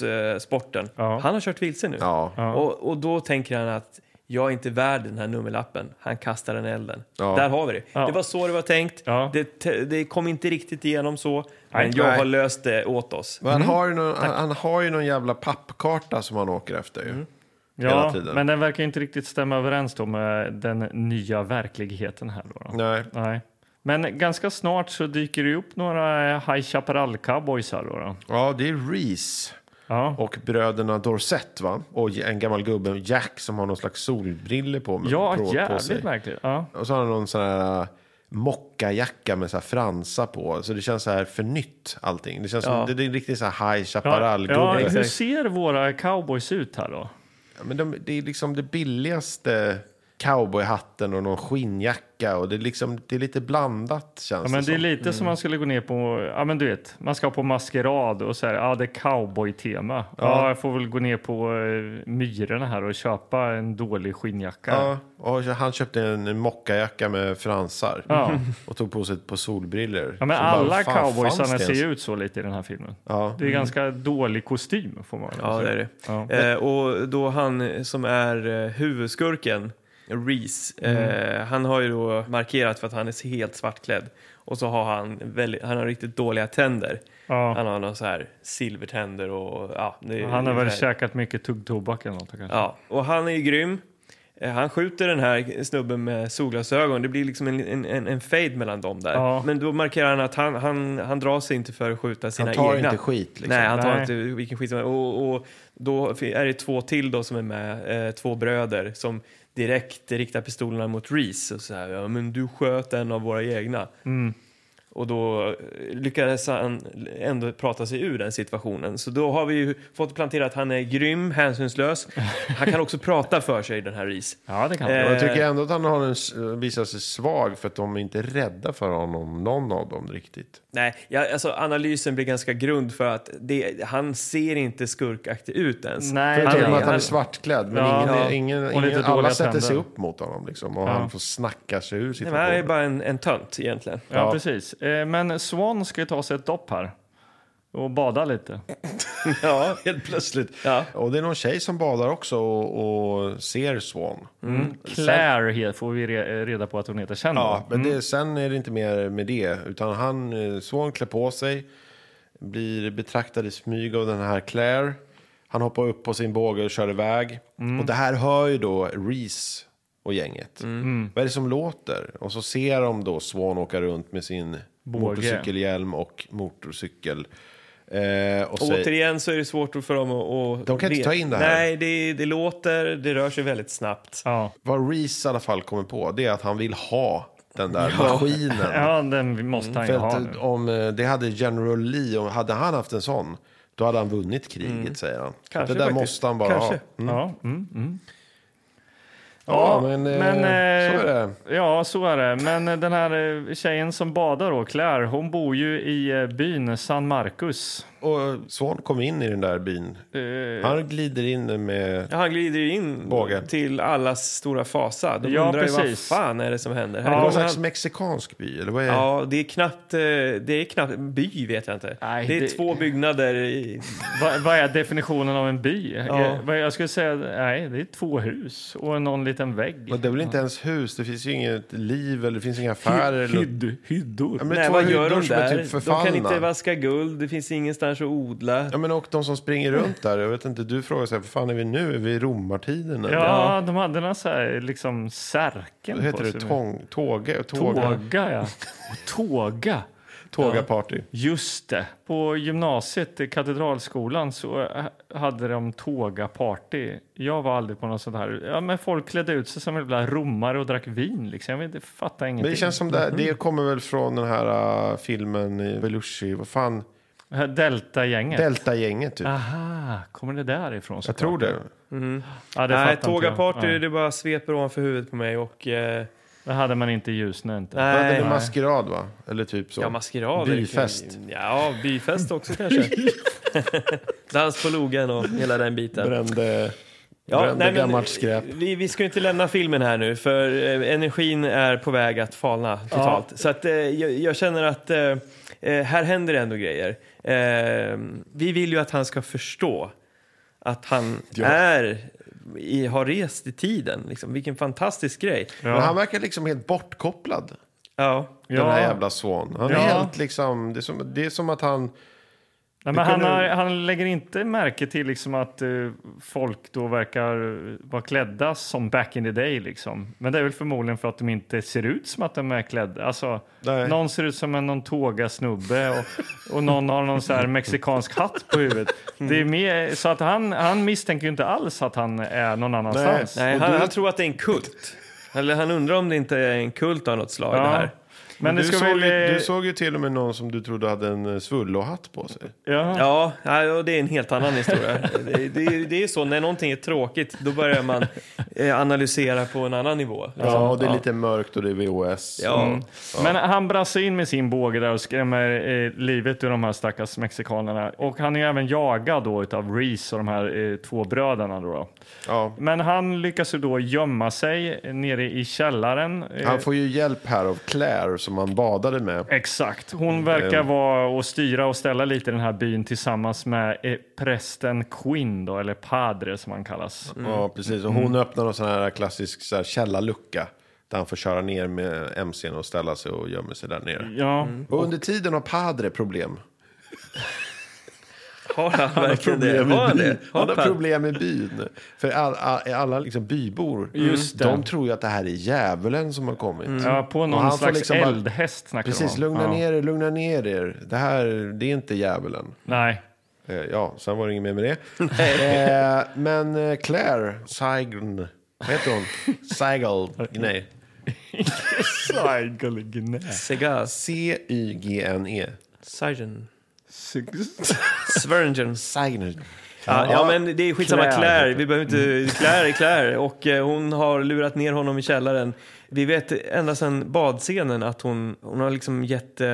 S3: motocross-sporten.
S1: Ja.
S3: Han har kört vilse nu.
S2: Ja.
S3: Och, och då tänker han att jag är inte värd den här nummerlappen. Han kastar den i elden.
S2: Ja.
S3: Där har vi det.
S1: Ja.
S3: Det var så det var tänkt.
S1: Ja.
S3: Det, te- det kom inte riktigt igenom så. Men jag
S2: Nej.
S3: har löst det åt oss.
S2: Men
S1: Mm.
S2: han, har ju någon, han, han har ju någon jävla pappkarta som han åker efter ju.
S1: Mm.
S2: hela
S1: Ja,
S2: tiden.
S1: men den verkar ju inte riktigt stämma överens då med den nya verkligheten här då. då.
S2: Nej.
S1: Nej. Men ganska snart så dyker det ju upp några eh, High Chaparral cowboys här då. då.
S2: Ja, det är Reese
S1: Ja.
S2: och bröderna Dorset va? Och en gammal gubbe, Jack, som har någon slags solbriller på, med-
S1: Ja,
S2: på, på sig.
S1: jävligt märkligt. Ja.
S2: Och så har han någon sån här äh, mockajacka med så här fransa på. Så det känns så här för nytt allting. Det känns som, det, det är en riktig så här High
S1: Ja, ja,
S2: Chaparral-gubbe.
S1: hur ser våra cowboys ut här då?
S2: Ja, men de, det är liksom det billigaste cowboyhatten och någon skinnjacka. Och det är, liksom, det är lite blandat känns
S1: Ja, men det är
S2: som. Mm.
S1: lite som man skulle gå ner på, ja men du vet, man ska på maskerad och så här, ja det är cowboy-tema. Ja. jag får väl gå ner på eh, Myrorna här och köpa en dålig skinnjacka.
S2: Ja, och han köpte en mockajacka med fransar.
S1: Ja.
S2: Och tog på sig ett par solbriller.
S1: Ja, men
S2: Så bara,
S1: alla
S2: fan,
S1: cowboysarna
S2: fanns det
S1: ser ju
S2: ens?
S1: ut så lite i den här filmen.
S2: Ja.
S1: Det är ganska dålig kostym får man väl
S3: Mm. Ja,
S1: säga.
S3: det är det.
S1: Ja.
S3: Eh, och då han som är eh, huvudskurken, Reese, eh, han har ju då markerat för att han är helt svartklädd. Och så har han, väldigt, han har riktigt dåliga tänder.
S1: Ja.
S3: Han har någon så här silvertänder och ja. Det,
S1: Han har
S3: det är
S1: väl
S3: så här-
S1: käkat mycket tuggtobak eller något kanske.
S3: Ja, och han är ju grym. Eh, Eh, Han skjuter den här snubben med solglasögon. Det blir liksom en, en, en, en fade mellan dem där.
S1: Ja.
S3: Men då markerar han att han, han, han drar sig inte för att skjuta sina
S2: Han tar
S3: egna.
S2: inte skit, liksom.
S3: Nej, han tar
S1: Nej.
S3: inte vilken skit som helst. och, och Då fi- är det två till då som är med, eh, två bröder som direkt riktar pistolerna mot Reese. Och så här, ja, men du sköt en av våra egna.
S1: Mm.
S3: Och då eh, lyckades han ändå prata sig ur den situationen. Så då har vi ju fått planterat att han är grym, hänsynslös. Han kan också prata för sig, den här Reese.
S1: Ja, det kan han.
S3: Eh,
S2: Jag tycker ändå att han har en, s- visar sig svag för att de är inte rädda för honom, någon av dem riktigt.
S3: Nej, ja, alltså analysen blir ganska grund för att det, han ser inte skurkaktig ut ens.
S1: Nej,
S2: Jag
S1: han,
S2: tycker att han är
S1: han,
S2: svartklädd, men
S1: Ja.
S2: ingen,
S1: Ja.
S2: ingen,
S1: Och
S2: ingen,
S1: lite
S2: alla
S1: dåliga
S2: sätter sig
S1: tänder.
S2: upp mot honom liksom, och han får snacka sig ur
S3: Nej, men han är
S2: situationen.
S3: bara en, en tönt egentligen.
S1: ja, precis. Eh, Men Swan ska ju ta sig ett dopp här och bada lite.
S3: Ja,
S2: Helt plötsligt.
S3: Ja.
S2: Och det är någon tjej som badar också och, och ser Swan.
S1: Claire he- får vi re- reda på att hon heter sen.
S2: Ja,
S1: Ja.
S2: men det, sen är det inte mer med det. Utan han, eh, son klär på sig, blir betraktad i smyg av den här Claire. Han hoppar upp på sin båge och kör iväg. Och det här hör ju då Reese och gänget. Vad är det som låter? Och så ser de då Swan åka runt med sin motorcykelhjälm och motorcykel. Eh, och säger,
S3: Återigen så är det svårt för dem att... att
S2: De kan inte ta in det här.
S3: Nej, det, det låter, det rör sig väldigt snabbt.
S1: Ja.
S2: vad Reese i alla fall kommer på, det är att han vill ha den där maskinen.
S1: ja, den måste han ju
S2: För
S1: ha nu.
S2: att, om eh, det hade General Lee, om, hade han haft en sån, då hade han vunnit kriget säger han. Så
S3: Mm. Kanske
S2: det där
S3: faktiskt.
S2: måste han bara
S3: Kanske.
S2: ha.
S1: Ja, mm, mm.
S2: Ja, men, eh,
S1: eh,
S2: så är det.
S1: Ja, så är det. Men eh, den här eh, tjejen som badar då, Claire, hon bor ju i eh, byn San Marcus.
S2: Och Swan kom in i den där byn. Han glider in med...
S3: Eh, Ja, han glider ju in
S2: Bågen.
S3: till allas stora fasa. De
S1: Ja,
S3: undrar ju vad
S1: precis.
S3: fan är det som händer här.
S1: Ja,
S2: Någon
S3: Men
S2: slags
S3: han-
S2: mexikansk by, eller vad är det?
S3: ja, det är knappt... eh, Det är knappt... By vet jag inte.
S1: Nej,
S3: det är
S1: det-
S3: två byggnader i...
S1: Va, vad är definitionen av en by?
S3: Ja.
S1: Eh, vad Jag skulle säga, nej, det är två hus och någon liten vägg.
S2: Men det är väl inte ens hus, det finns ju inget liv eller det finns inga affärer. eller-
S1: hyddor.
S2: Ja, men
S3: Nej,
S2: två
S3: vad gör
S2: hyddor
S3: de
S2: som är
S3: där?
S2: typ
S3: de kan inte
S2: förfallna.
S3: vaska guld, det finns ingenstans att odla.
S2: Ja, men och de som springer runt där, jag vet inte, du frågar så här, vad fan är vi nu? Är vi i romartiden? eller?
S1: Ja, de hade några så här, liksom särken
S2: Vad heter
S1: på
S2: det?
S1: sig.
S2: Tång, tåge? Tåga?
S1: Tåga, ja. Och Tåga.
S2: Tåga-party.
S1: Just det. På gymnasiet, i Katedralskolan, så eh, hade de tåga-party. Jag var aldrig på något sånt här. Ja, men folk klädde ut sig som jävla romare och drack vin. Liksom. Jag vet inte, fattar
S2: Men
S1: ingenting.
S2: det känns som det, det kommer väl från den här äh, filmen i Belushi, vad fan,
S1: Eh, Delta-gänget.
S2: Delta-gänget typ.
S1: Aha, kommer det därifrån?
S2: jag tror det.
S1: Ja, det
S3: Nej,
S1: fattar inte jag.
S3: tågaparty,
S1: Ja.
S3: det bara sveper ovanför huvudet på mig och... Eh,
S1: Det hade man inte i Ljusne inte.
S2: Det hade
S3: nej.
S2: en maskerad va? Eller typ så.
S3: Ja, maskerader.
S2: Byfest.
S3: kan- Ja, byfest också kanske. Dans på logen och hela den biten.
S2: Brände,
S3: Ja,
S2: brände gammalt skräp.
S3: Vi, vi ska ju inte lämna filmen här nu för eh, energin är på väg att falna totalt. Så att, eh, jag, jag känner att eh, eh, här händer det ändå grejer. Eh, vi vill ju att han ska förstå att han är i, har rest i tiden. Liksom. Vilken fantastisk grej.
S2: Men han verkar liksom helt bortkopplad.
S3: Ja.
S2: Den
S1: Ja.
S2: här jävla Swan. Han är
S1: Ja.
S2: helt liksom, det är, som, det är som att han...
S1: Nej, men han, har, han lägger inte märke till liksom att eh, folk då verkar eh, vara klädda som back in the day. Liksom. Men det är väl förmodligen för att de inte ser ut som att de är klädda. Alltså,
S2: Nej.
S1: någon ser ut som en någon tåga snubbe och, och någon har någon så här mexikansk hatt på huvudet.
S2: Mm.
S1: Det är mer, så att han, han misstänker ju inte alls att han är någon annanstans.
S3: Nej, han, han tror att det är en kult. Eller han undrar om det inte är en kult av något slag. Det
S1: Ja.
S3: här.
S1: Men det
S2: Du
S1: ska
S2: såg,
S1: väl...
S2: ju,
S1: eh,
S2: du såg ju till och med någon som du trodde hade en eh, svullohatt på sig.
S1: ja.
S3: Ja, nej, och det är en helt annan historia. det, det, är- det är så, när någonting är tråkigt då börjar man eh, analysera på en annan nivå. liksom.
S2: Ja, och det är lite Mm. mörkt och det är VHS.
S3: Ja.
S1: Men han brassar in med sin båge där och skrämmer eh, livet ur de här stackars mexikanerna. Och han är ju även jagad då utav Reese och de här eh, två bröderna då. då.
S2: Ja.
S1: Men han lyckas ju då gömma sig eh, nere i källaren. Eh,
S2: Han får ju hjälp här av Claire som han badade med.
S1: Exakt.
S2: Mm.
S1: Hon verkar vara och styra och ställa lite i den här byn tillsammans med eh, prästen Quinn då, eller Padre som han kallas.
S2: Ja, precis. Och hon
S1: Mm.
S2: öppnar någon sån här klassisk så här, källarlucka. Där han får köra ner med MCn och ställa sig och
S1: Mm.
S2: Mm. gömmer sig där nere.
S1: Ja,
S2: Och under tiden har Padre problem.
S3: Har han verkligen det?
S2: problem i
S3: Har han
S2: byn.
S3: det?
S2: Han har
S3: Hoppas.
S2: problem med byn. För all, all, alla liksom bybor,
S1: Just det. Mm.
S2: de tror ju att det här är djävulen som har kommit.
S1: Ja, på
S2: Och
S1: någon
S2: han får
S1: slags
S2: liksom bara-
S1: eldhäst snackar de
S2: Precis,
S1: om.
S2: lugna
S1: ja.
S2: ner er, lugna ner er. Det här, det är inte djävulen.
S1: Nej.
S2: Eh, ja, sen var det inget mer med det. eh, men eh, Claire Saign, vad heter hon? Seigel, nej.
S3: Segal.
S2: C-Y-G-N-E.
S3: Siren.
S1: Sig-
S3: Svergen.
S2: Seigner.
S3: Ja, ja, men det är skitsamma.
S1: Claire.
S3: Claire. Vi behöver
S1: Mm.
S3: inte... Claire är Claire. Och eh, hon har lurat ner honom i källaren. Vi vet ända sedan badscenen att hon, hon har liksom gett eh,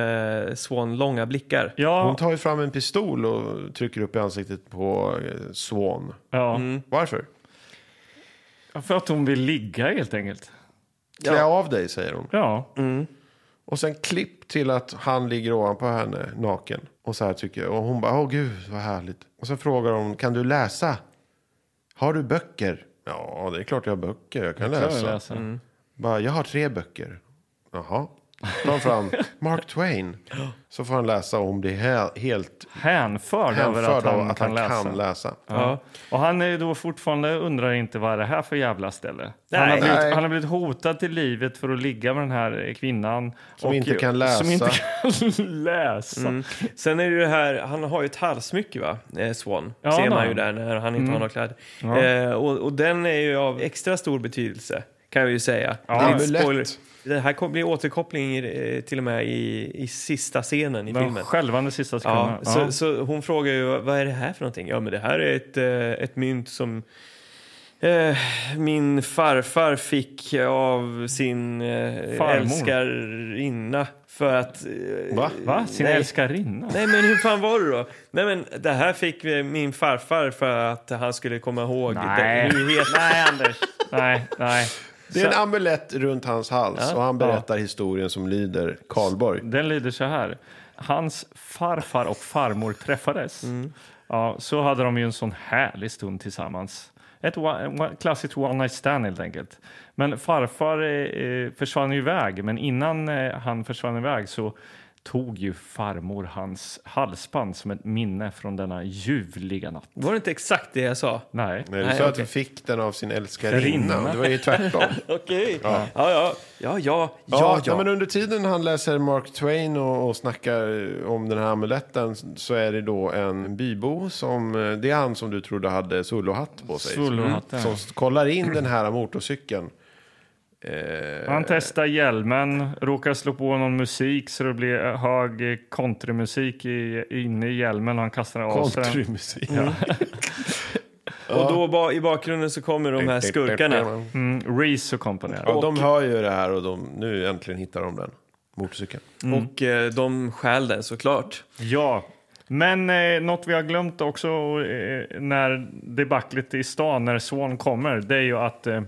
S3: Swan långa blickar.
S1: Ja,
S2: Hon tar ju fram en pistol och trycker upp i ansiktet på eh, Swan.
S1: ja.
S2: Mm. Varför?
S1: för att hon vill ligga helt enkelt.
S2: Klä av dig, säger hon.
S1: Ja,
S2: Och sen klipp till att han ligger ovanpå henne naken. Och så här tycker jag. Och hon bara, åh gud vad härligt. Och sen frågar hon, kan du läsa? Har du böcker? Ja, det är klart jag har böcker. Jag kan
S1: jag
S2: läsa. Mm.
S1: läser.
S2: Bara, jag har tre böcker. Jaha. Tar fram Mark Twain. Så får han läsa och hon blir he- helt
S1: Hänförd, över
S2: hänförd
S1: att
S2: av
S1: han,
S2: att
S1: kan,
S2: han
S1: läsa.
S2: kan läsa.
S1: Ja. Och han är då fortfarande undrar inte vad är det här för jävla ställe. Han har,
S3: Nej.
S1: blivit,
S2: Nej.
S1: han har blivit hotad till livet för att ligga med den här eh, kvinnan.
S2: Som inte kan läsa. Mm,
S1: Som inte kan läsa.
S3: Sen är det ju det här, han har ju ett halsmycke va, eh, Swan.
S1: Ja,
S3: Ser
S1: det Mm. har
S3: man
S1: han.
S3: ju där när han inte har några kläder. Eh, och, och den är ju av extra stor betydelse, kan jag ju säga.
S2: Det är
S3: en
S2: amulett.
S3: spoiler. Det här kommer bli återkoppling i, eh, till och med i, i sista scenen i
S1: De
S3: filmen.
S1: skälvande sista sekunderna.
S3: Ja, så, så hon frågar ju vad är det här för någonting? Ja, men det här är ett, eh, ett mynt som eh, min farfar fick av sin eh,
S1: Farmor.
S3: älskarinna för att... Eh,
S1: Va? Va? Sin
S3: nej.
S1: älskarinna?
S3: Nej men hur fan var det då? Nej men det här fick vi- min farfar för att han skulle komma ihåg
S1: Nej.
S3: det- hur het... Nej Anders.
S1: nej, nej.
S2: Det är en amulett runt hans hals
S3: Ja.
S2: och han berättar historien som lyder Karlborg.
S1: Den lyder så här. Hans farfar och farmor träffades. Ja, så hade de ju en sån härlig stund tillsammans. Ett one, one, klassiskt one night stand helt enkelt. Men farfar eh, försvann ju iväg, men innan eh, han försvann iväg så tog ju farmor hans halsband som ett minne från denna ljuvliga natt.
S3: Var det inte exakt det jag sa?
S1: Nej.
S2: Nej, du
S3: Nej,
S2: sa att
S3: okej.
S2: du fick den av sin älskarinna. och Det var ju tvärtom.
S3: Okej. Ja. Ja, ja. Ja, ja.
S2: Ja, ja. men under tiden han läser Mark Twain och, och snackar eh, om den här amuletten så är det då en bybo som, eh, det är han som du trodde hade solohatt på sig. Mm.
S1: Solohatten.
S2: Som s- kollar in den här motorcykeln. Eh,
S1: Han testar hjälmen, råkar slå på någon musik så det blir hög eh, countrymusik i, inne i hjälmen och han kastar av sig den.
S2: Countrymusik. Ja.
S3: Och då ba- i bakgrunden så kommer de här skurkarna.
S1: Mm, Reese och company.
S2: Ja, de hör ju det här och de, nu äntligen hittar de den motorcykeln.
S3: Och eh, de stjäl den såklart.
S1: Ja. Men eh, något vi har glömt också eh, när debaclet i stan, när Swan kommer, det är ju att eh,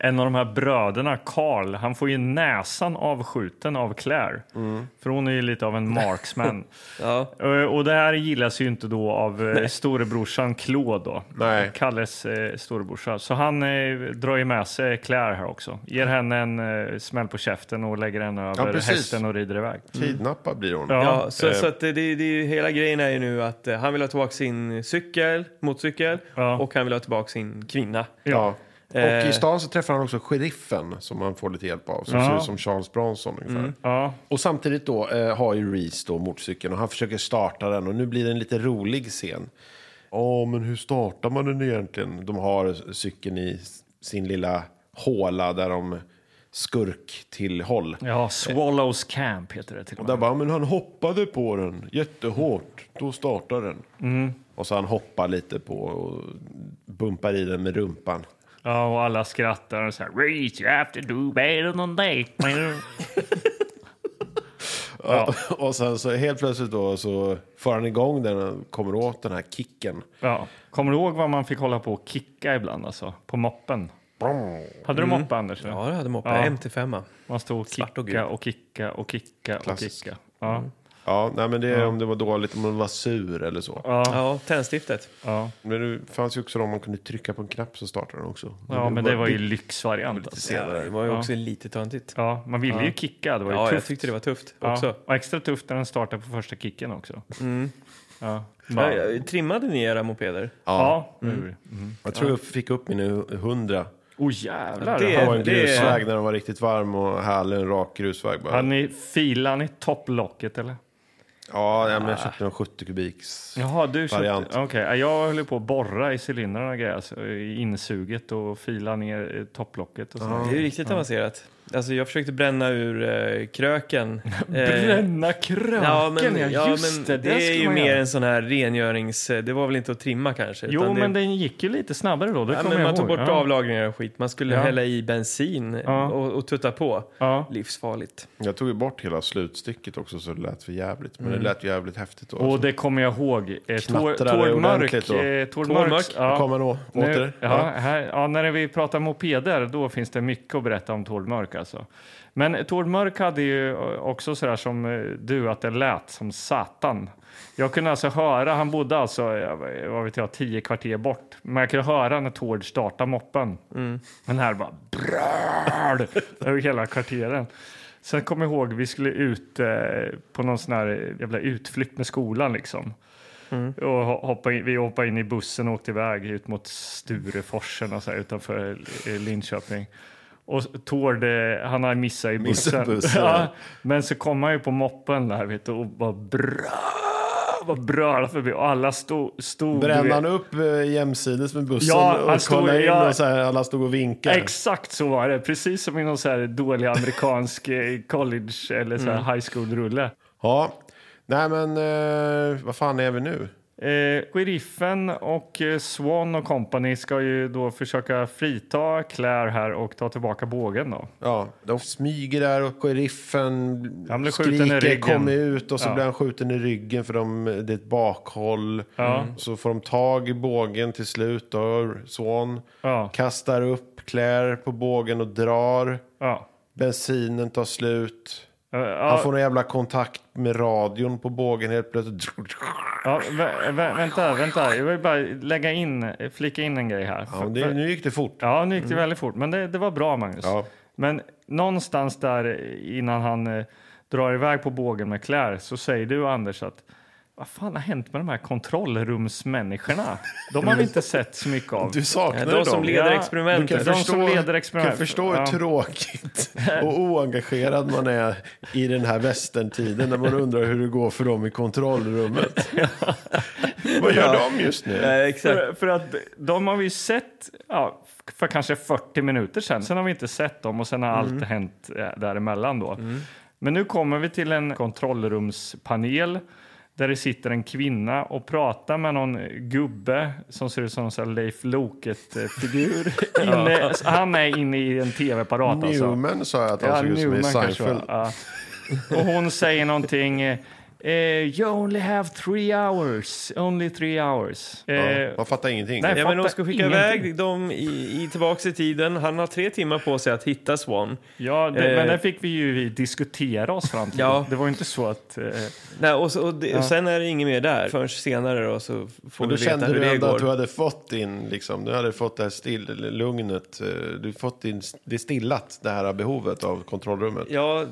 S1: en av de här bröderna, Carl, han får ju näsan avskjuten av Claire.
S2: Mm.
S1: För hon är ju lite av en marksman.
S3: Ja.
S1: Eh, Och det här gillas ju inte då av eh, storebrorsan Claude då.
S2: Nej.
S1: Kalles eh, storebrorsa. Så han eh, drar ju med sig Claire här också. Ger henne en eh, smäll på käften och lägger henne över
S2: precis.
S1: hästen och rider iväg.
S2: Kidnappad blir hon.
S1: Ja. eh,
S3: Ja, så, så att det, det, det, är ju- hela grejen är ju nu att eh, han vill ha tillbaka sin cykel, motorcykel
S1: Ja.
S3: och han vill ha tillbaka sin kvinna.
S2: Ja. Och
S3: Eh.
S2: i stan så träffar han också sheriffen som han får lite hjälp av. Som
S1: Ja.
S2: ser ut som Charles Bronson ungefär.
S1: Ja,
S2: Och samtidigt då eh, har ju Reese då motorcykeln och han försöker starta den och nu blir det en lite rolig scen. Ja, men hur startar man den egentligen? De har cykeln i s- sin lilla håla där de skurk till håll.
S1: ja Swallows Camp heter det till och
S2: Där
S1: med.
S2: bara, men han hoppade på den jättehårt, då startar den. Och så han hoppar lite på och bumpar i den med rumpan.
S1: Ja, och alla skrattar och så här, Reese, you have to do better than that.
S2: Ja. Och sen så helt plötsligt då så får han igång den och kommer åt den här kicken.
S1: Ja. Kommer du ihåg vad man fick hålla på och kicka ibland alltså? På moppen? Hade du moppe Anders?
S3: Ja, det hade moppe.
S1: Mm. Ja.
S3: MT5.
S1: Man stod och Mm.
S3: Svart och
S1: kicka och kicka och kicka och
S2: Klassisk.
S1: kicka. Ja,
S2: Ja, nej men det är om det var dåligt, om man var sur eller så.
S3: Ja, tändstiftet.
S1: ja.
S2: Men det fanns ju också de man kunde trycka på en knapp så startade den också.
S1: ja men det var ju
S2: lite
S1: lyxvariant. Alltså.
S2: senare.
S3: Det var ju också lite töntigt.
S1: Ja, man ville ju kicka, det var ju
S3: Ja, jag
S1: tufft.
S3: tyckte det var tufft
S1: Ja,
S3: också.
S1: Mm. Och extra tufft när den startade på första kicken också. Ja.
S3: Ja, ja, trimmade ni era mopeder?
S1: Ja. Mm.
S2: Jag tror jag fick upp min hundra.
S1: Oh jävlar.
S3: Det-
S2: Det var en
S3: det-
S2: grusväg när den var riktigt varm och härlig. En rak grusväg bara.
S1: Hade ni, filade ni topplocket eller?
S2: Ja, ja, men jag köpte en 70 kubiks.
S1: Jaha, du köpte...
S2: Variant.
S1: Okej, ja, jag höll ju på att borra i cylindrarna och grejer, alltså, i insuget och fila ner eh, topplocket och sådär.
S3: Det är ju riktigt avancerat. Alltså jag försökte bränna ur eh, kröken. Eh,
S1: Bränna kröken, ja, just det.
S3: det, är
S1: skulle
S3: ju
S1: man
S3: mer
S1: göra.
S3: en sån här rengörings... eh, Det var väl inte att trimma kanske?
S1: Jo,
S3: utan
S1: men den gick ju lite snabbare då. Det
S3: ja,
S1: kommer
S3: men
S1: jag
S3: man tog
S1: ihåg.
S3: bort
S1: ja.
S3: avlagringar och skit. Man skulle
S1: Ja.
S3: hälla i bensin
S1: Ja.
S3: och, och tutta på.
S1: Ja.
S3: Livsfarligt.
S2: Jag tog ju bort hela slutstycket också så det lät för jävligt. Men det lät jävligt häftigt då.
S1: Mm.
S2: alltså.
S1: Och det kommer jag ihåg. Eh, Tord
S2: Knattrade
S1: Tord Mörk.
S2: ordentligt då.
S1: eh, Tord
S3: Tord
S1: Mörks-
S3: Mörk,
S1: ja.
S2: Kommer då,
S1: Nu,
S2: åter.
S1: ja, här, ja, när vi pratar mopeder, då finns det mycket att berätta om Tord Mörk. Alltså. Men Tord Mörk hade ju eh, också sådär som eh, du, att det lät som satan. Jag kunde alltså höra, han bodde alltså, eh, vad vet jag, tio kvarter bort. Men jag kunde höra när Tord startade moppen.
S2: Mm.
S1: Den här bara bröl över hela kvarteren. Sen kommer jag ihåg, vi skulle ut eh, på någon sån här jävla utflykt med skolan liksom. Och ho- hoppa in, vi hoppade in i bussen och åkte iväg ut mot Stureforsen och så här, utanför eh, Linköping. Och Tord, eh, han har missat i bussen.
S2: Missat bussen,
S1: ja.
S2: ja.
S1: Men så kom han ju på moppen där vet du, och bara bröl, bara bröl förbi. Och alla stod... stod du
S2: Brände
S1: vet-
S2: han upp eh, jämsides med bussen
S1: Ja, han
S2: och
S1: stod-
S2: kollade in
S1: ja.
S2: och så här, alla stod och vinkade?
S1: Exakt så var det. Precis som i någon så här dålig amerikansk eh, college eller så här
S2: Mm.
S1: high school-rulle.
S2: ja. Nej men, eh, vad fan är vi nu?
S1: Eh, sheriffen och eh, Swan och company ska ju då försöka frita Claire här och ta tillbaka bågen då.
S2: Ja, de smyger där och sheriffen
S1: Han blir skjuten i
S2: skriker
S1: ryggen.
S2: kom ut och så
S1: Ja.
S2: blir han skjuten i ryggen för de, det är ett bakhåll. Mm.
S1: Ja.
S2: Så får de tag i bågen till slut då, son.
S1: Ja.
S2: Kastar upp Claire på bågen och drar.
S1: Ja.
S2: Bensinen tar slut.
S1: Eh,
S2: Han
S1: ja,
S2: får en jävla kontakt med radion på bågen helt plötsligt.
S1: ja, vä- vä- vänta, vänta. Jag vill bara lägga in, eh, flika in en grej här.
S2: Ja, men det, nu gick det fort.
S1: Ja, nu gick det väldigt fort, men det, det var bra Magnus.
S2: Ja.
S1: Men någonstans där innan han eh, drar iväg på bågen med Claire så säger du Anders att vad fan har hänt med de här kontrollrumsmänniskorna? De har vi inte sett så mycket av.
S2: Du saknar
S3: De som
S2: dem.
S3: leder
S1: Ja,
S2: Du kan
S3: experimentet.
S1: De som
S2: förstå,
S1: leder
S2: kan
S1: experiment.
S2: förstå hur
S1: Ja.
S2: tråkigt och oengagerad man är i den här västerntiden när man undrar hur det går för dem i kontrollrummet. Vad gör de just nu?
S3: Eh, exakt.
S1: För, för att de har vi ju sett ja, för kanske 40 minuter sedan. Sen har vi inte sett dem och sen har
S2: Mm.
S1: allt hänt eh, däremellan då. Men nu kommer vi till en kontrollrumspanel där det sitter en kvinna och pratar med någon gubbe som ser ut som en sån här Leif Loket-figur. Inne- Han är inne i en tv-apparat alltså.
S2: Newman sa jag att han såg ut som i
S1: Newman kanske
S2: Seinfeld.
S1: var, ja. Och hon säger någonting. eh, Eh, you only have three hours. Only three hours. Eh,
S2: Ja, man fattar ingenting.
S1: nej.
S3: Ja, men de
S1: fattar
S3: ska skicka
S1: ingenting.
S3: iväg dem i, i tillbaks i tiden. Han har tre timmar på sig att hitta Swan.
S1: Ja, det, men
S3: Eh.
S1: det fick vi ju vi diskutera oss fram till.
S3: Ja.
S1: Det var ju inte så att... Eh,
S3: Nej, och, så, och, det, och sen är det inget mer där förrän senare då så får
S2: Men
S3: vi
S2: då
S3: veta
S2: kände
S3: hur
S2: du
S3: det
S2: ändå att du
S3: går.
S2: hade fått din, liksom, du hade fått det här still, eller lugnet, eh, du fått din, det stillat, det här behovet av kontrollrummet.
S3: Ja,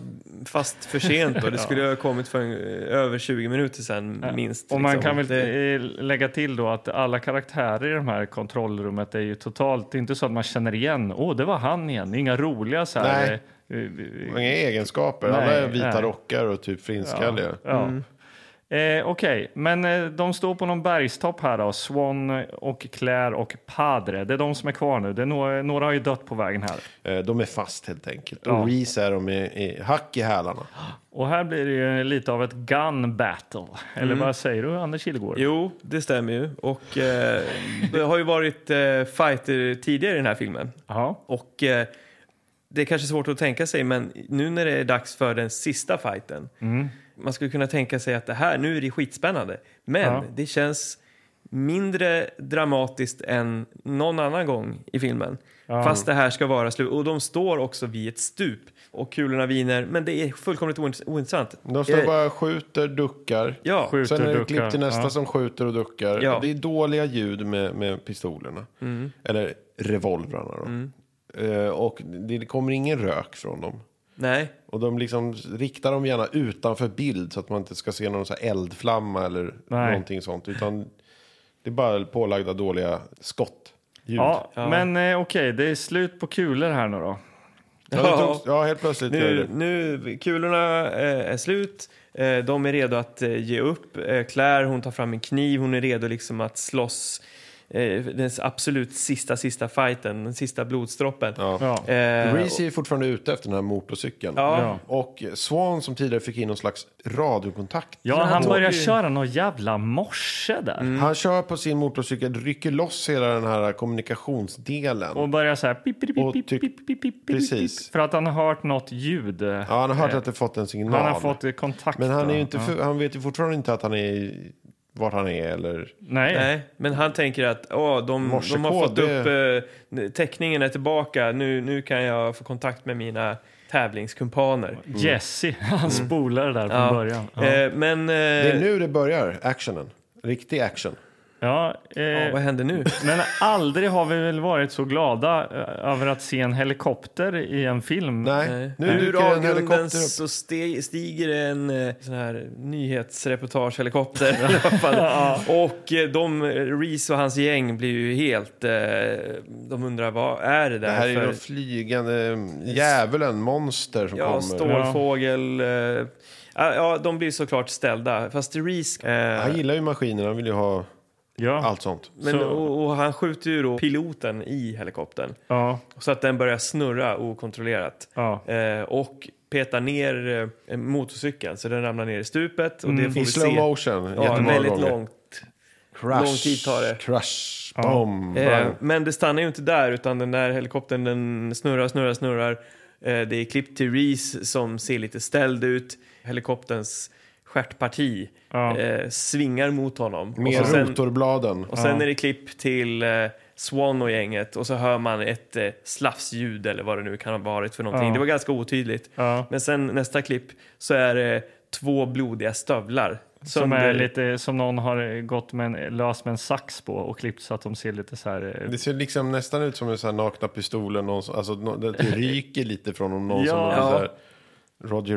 S3: fast för sent då. Det skulle ha kommit för en, över 20 minuter sedan minst.
S1: och man
S3: liksom.
S1: kan väl
S3: Det-
S1: eh, lägga till då att alla karaktärer i de här kontrollrummet är ju totalt... Det är inte så att man känner igen. Åh, det var han igen. Inga roliga så här...
S2: Nej.
S1: eh, eh,
S2: Inga egenskaper, alla
S1: Nej,
S2: är vita
S1: nej.
S2: rockar och typ flinskalliga.
S1: Ja.
S2: Mm.
S1: Eh, Okej, men eh, de står på någon bergstopp här då. Swan och Claire och Padre. Det är de som är kvar nu. Det är några, några har ju dött på vägen här.
S2: Eh, De är fast helt enkelt.
S1: Ja.
S2: Och Reese är de i, i, hack i hälarna.
S1: Och här blir det ju lite av ett gun battle. Eller
S2: Mm.
S1: vad säger du, Anders Kilgård?
S3: Jo, det stämmer ju. Och eh, det har ju varit eh, fighter tidigare i den här filmen.
S1: Ja.
S3: Och eh, det är kanske svårt att tänka sig, men nu när det är dags för den sista fighten. Man skulle kunna tänka sig att det här, nu är det skitspännande. Men
S1: Ja.
S3: det känns mindre dramatiskt än någon annan gång i filmen. Fast det här ska vara slut. Och de står också vid ett stup och kulorna viner. Men det är fullkomligt ointress- ointressant.
S2: De står
S3: Eh,
S2: bara och skjuter, duckar.
S3: Ja.
S1: Skjuter,
S2: Sen är det
S1: duckar.
S2: klipp till nästa
S1: Ja.
S2: som skjuter och duckar.
S3: Ja.
S2: Det är dåliga ljud med, med pistolerna.
S1: Mm.
S2: Eller revolvrarna då. Eh, och det, det kommer ingen rök från dem.
S3: Nej,
S2: Och de liksom riktar dem gärna utanför bild så att man inte ska se någon så här eldflamma eller
S1: Nej.
S2: någonting sånt. Utan det är bara pålagda dåliga skott.
S1: Ja, men eh, okej, det är slut på kulor här nu då.
S2: Ja, det togs, ja helt plötsligt. gör
S3: nu,
S2: det.
S3: nu kulorna eh, är slut. Eh, de är redo att eh, ge upp. Eh, Claire hon tar fram en kniv, hon är redo liksom att slåss. Eh, den absolut sista, sista fighten, den sista blodsdroppen.
S1: Ja.
S3: Eh,
S2: Reese är fortfarande ute efter den här motorcykeln.
S3: ja.
S2: Och Swan som tidigare fick in någon slags radiokontakt.
S1: Ja, han
S3: han
S1: börjar
S3: tog ju-
S1: köra någon jävla morse där.
S3: Mm.
S2: Han kör på sin motorcykel, rycker loss hela den här kommunikationsdelen.
S1: Och börjar så här... Pip, pip, pip,
S2: Och
S1: pip,
S2: tyck-
S1: pip, pip, pip, pip,
S2: Precis.
S1: Pip, för att han har hört något ljud.
S2: Ja, han har hört att det fått en signal.
S1: han har fått eh, kontakt.
S2: Men han, är ju inte,
S1: Ja.
S2: för- han vet ju fortfarande inte att han är, vart han är eller...
S1: Nej.
S3: Nej, men han tänker att åh, de, de har
S2: Morsekod,
S3: fått upp eh, teckningen är tillbaka. Nu, nu kan jag få kontakt med mina tävlingskumpaner.
S1: Jesse, han spolade där från
S3: Ja.
S1: början.
S3: Eh, men eh,
S2: Det är nu det börjar, actionen. Riktig action.
S1: Ja, eh,
S3: ja, vad händer nu?
S1: Men aldrig har vi väl varit så glada eh, över att se en helikopter i en film.
S2: Nej, nu
S3: Ur
S2: dyker en helikopter
S3: avgrunden
S2: upp.
S3: så ste- stiger en eh, sån här nyhetsreportagehelikopter. i alla fall. och eh, de, Reese och hans gäng blir ju helt... eh, De undrar vad är det där
S2: Det här är ju
S3: för...
S2: någon flygande mm, djävulen, monster som
S3: ja,
S2: kommer.
S3: stålfågel. eh, Ja. ja, de blir såklart ställda. Fast Reese... eh,
S2: Han gillar ju maskiner, han vill ju ha
S1: Ja.
S2: allt sånt.
S3: men,
S1: så-
S3: och, och han skjuter ju då piloten i helikoptern.
S1: Ja,
S3: Så att den börjar snurra okontrollerat.
S1: ja.
S3: Eh, och petar ner eh, motorcykeln så den ramlar ner i stupet. Och det får
S2: Mm. I
S3: vi
S2: slow
S3: se.
S2: motion,
S3: Ja,
S2: jättemånga
S3: väldigt
S2: gånger.
S3: långt.
S2: Crush,
S3: lång tid tar det.
S2: Crush,
S1: Ja.
S2: bom,
S3: Eh,
S2: bang.
S3: men det stannar ju inte där utan den där helikoptern den snurrar, snurrar, snurrar. Eh, det är klipp till Reese som ser lite ställd ut. Helikopterns stjärtparti
S1: Ja.
S3: eh, svingar mot honom.
S2: Med
S3: och så sen,
S2: rotorbladen.
S3: och sen är det klipp till eh, Swan och gänget och så hör man ett eh, slafsljud eller vad det nu kan ha varit för någonting.
S1: Ja.
S3: Det var ganska otydligt.
S1: Ja.
S3: Men sen nästa klipp så är det två blodiga stövlar.
S1: Som, är
S3: Sönder-
S1: lite, som någon har eh, gått med en, löst med en sax på och klippt så att de ser lite så här... eh,
S2: Det ser liksom nästan ut som en sån här nakna pistolen. Någon, som- alltså, nå- det ryker lite från någon, någon
S1: Ja.
S2: som någon
S1: Ja.
S2: så här Roger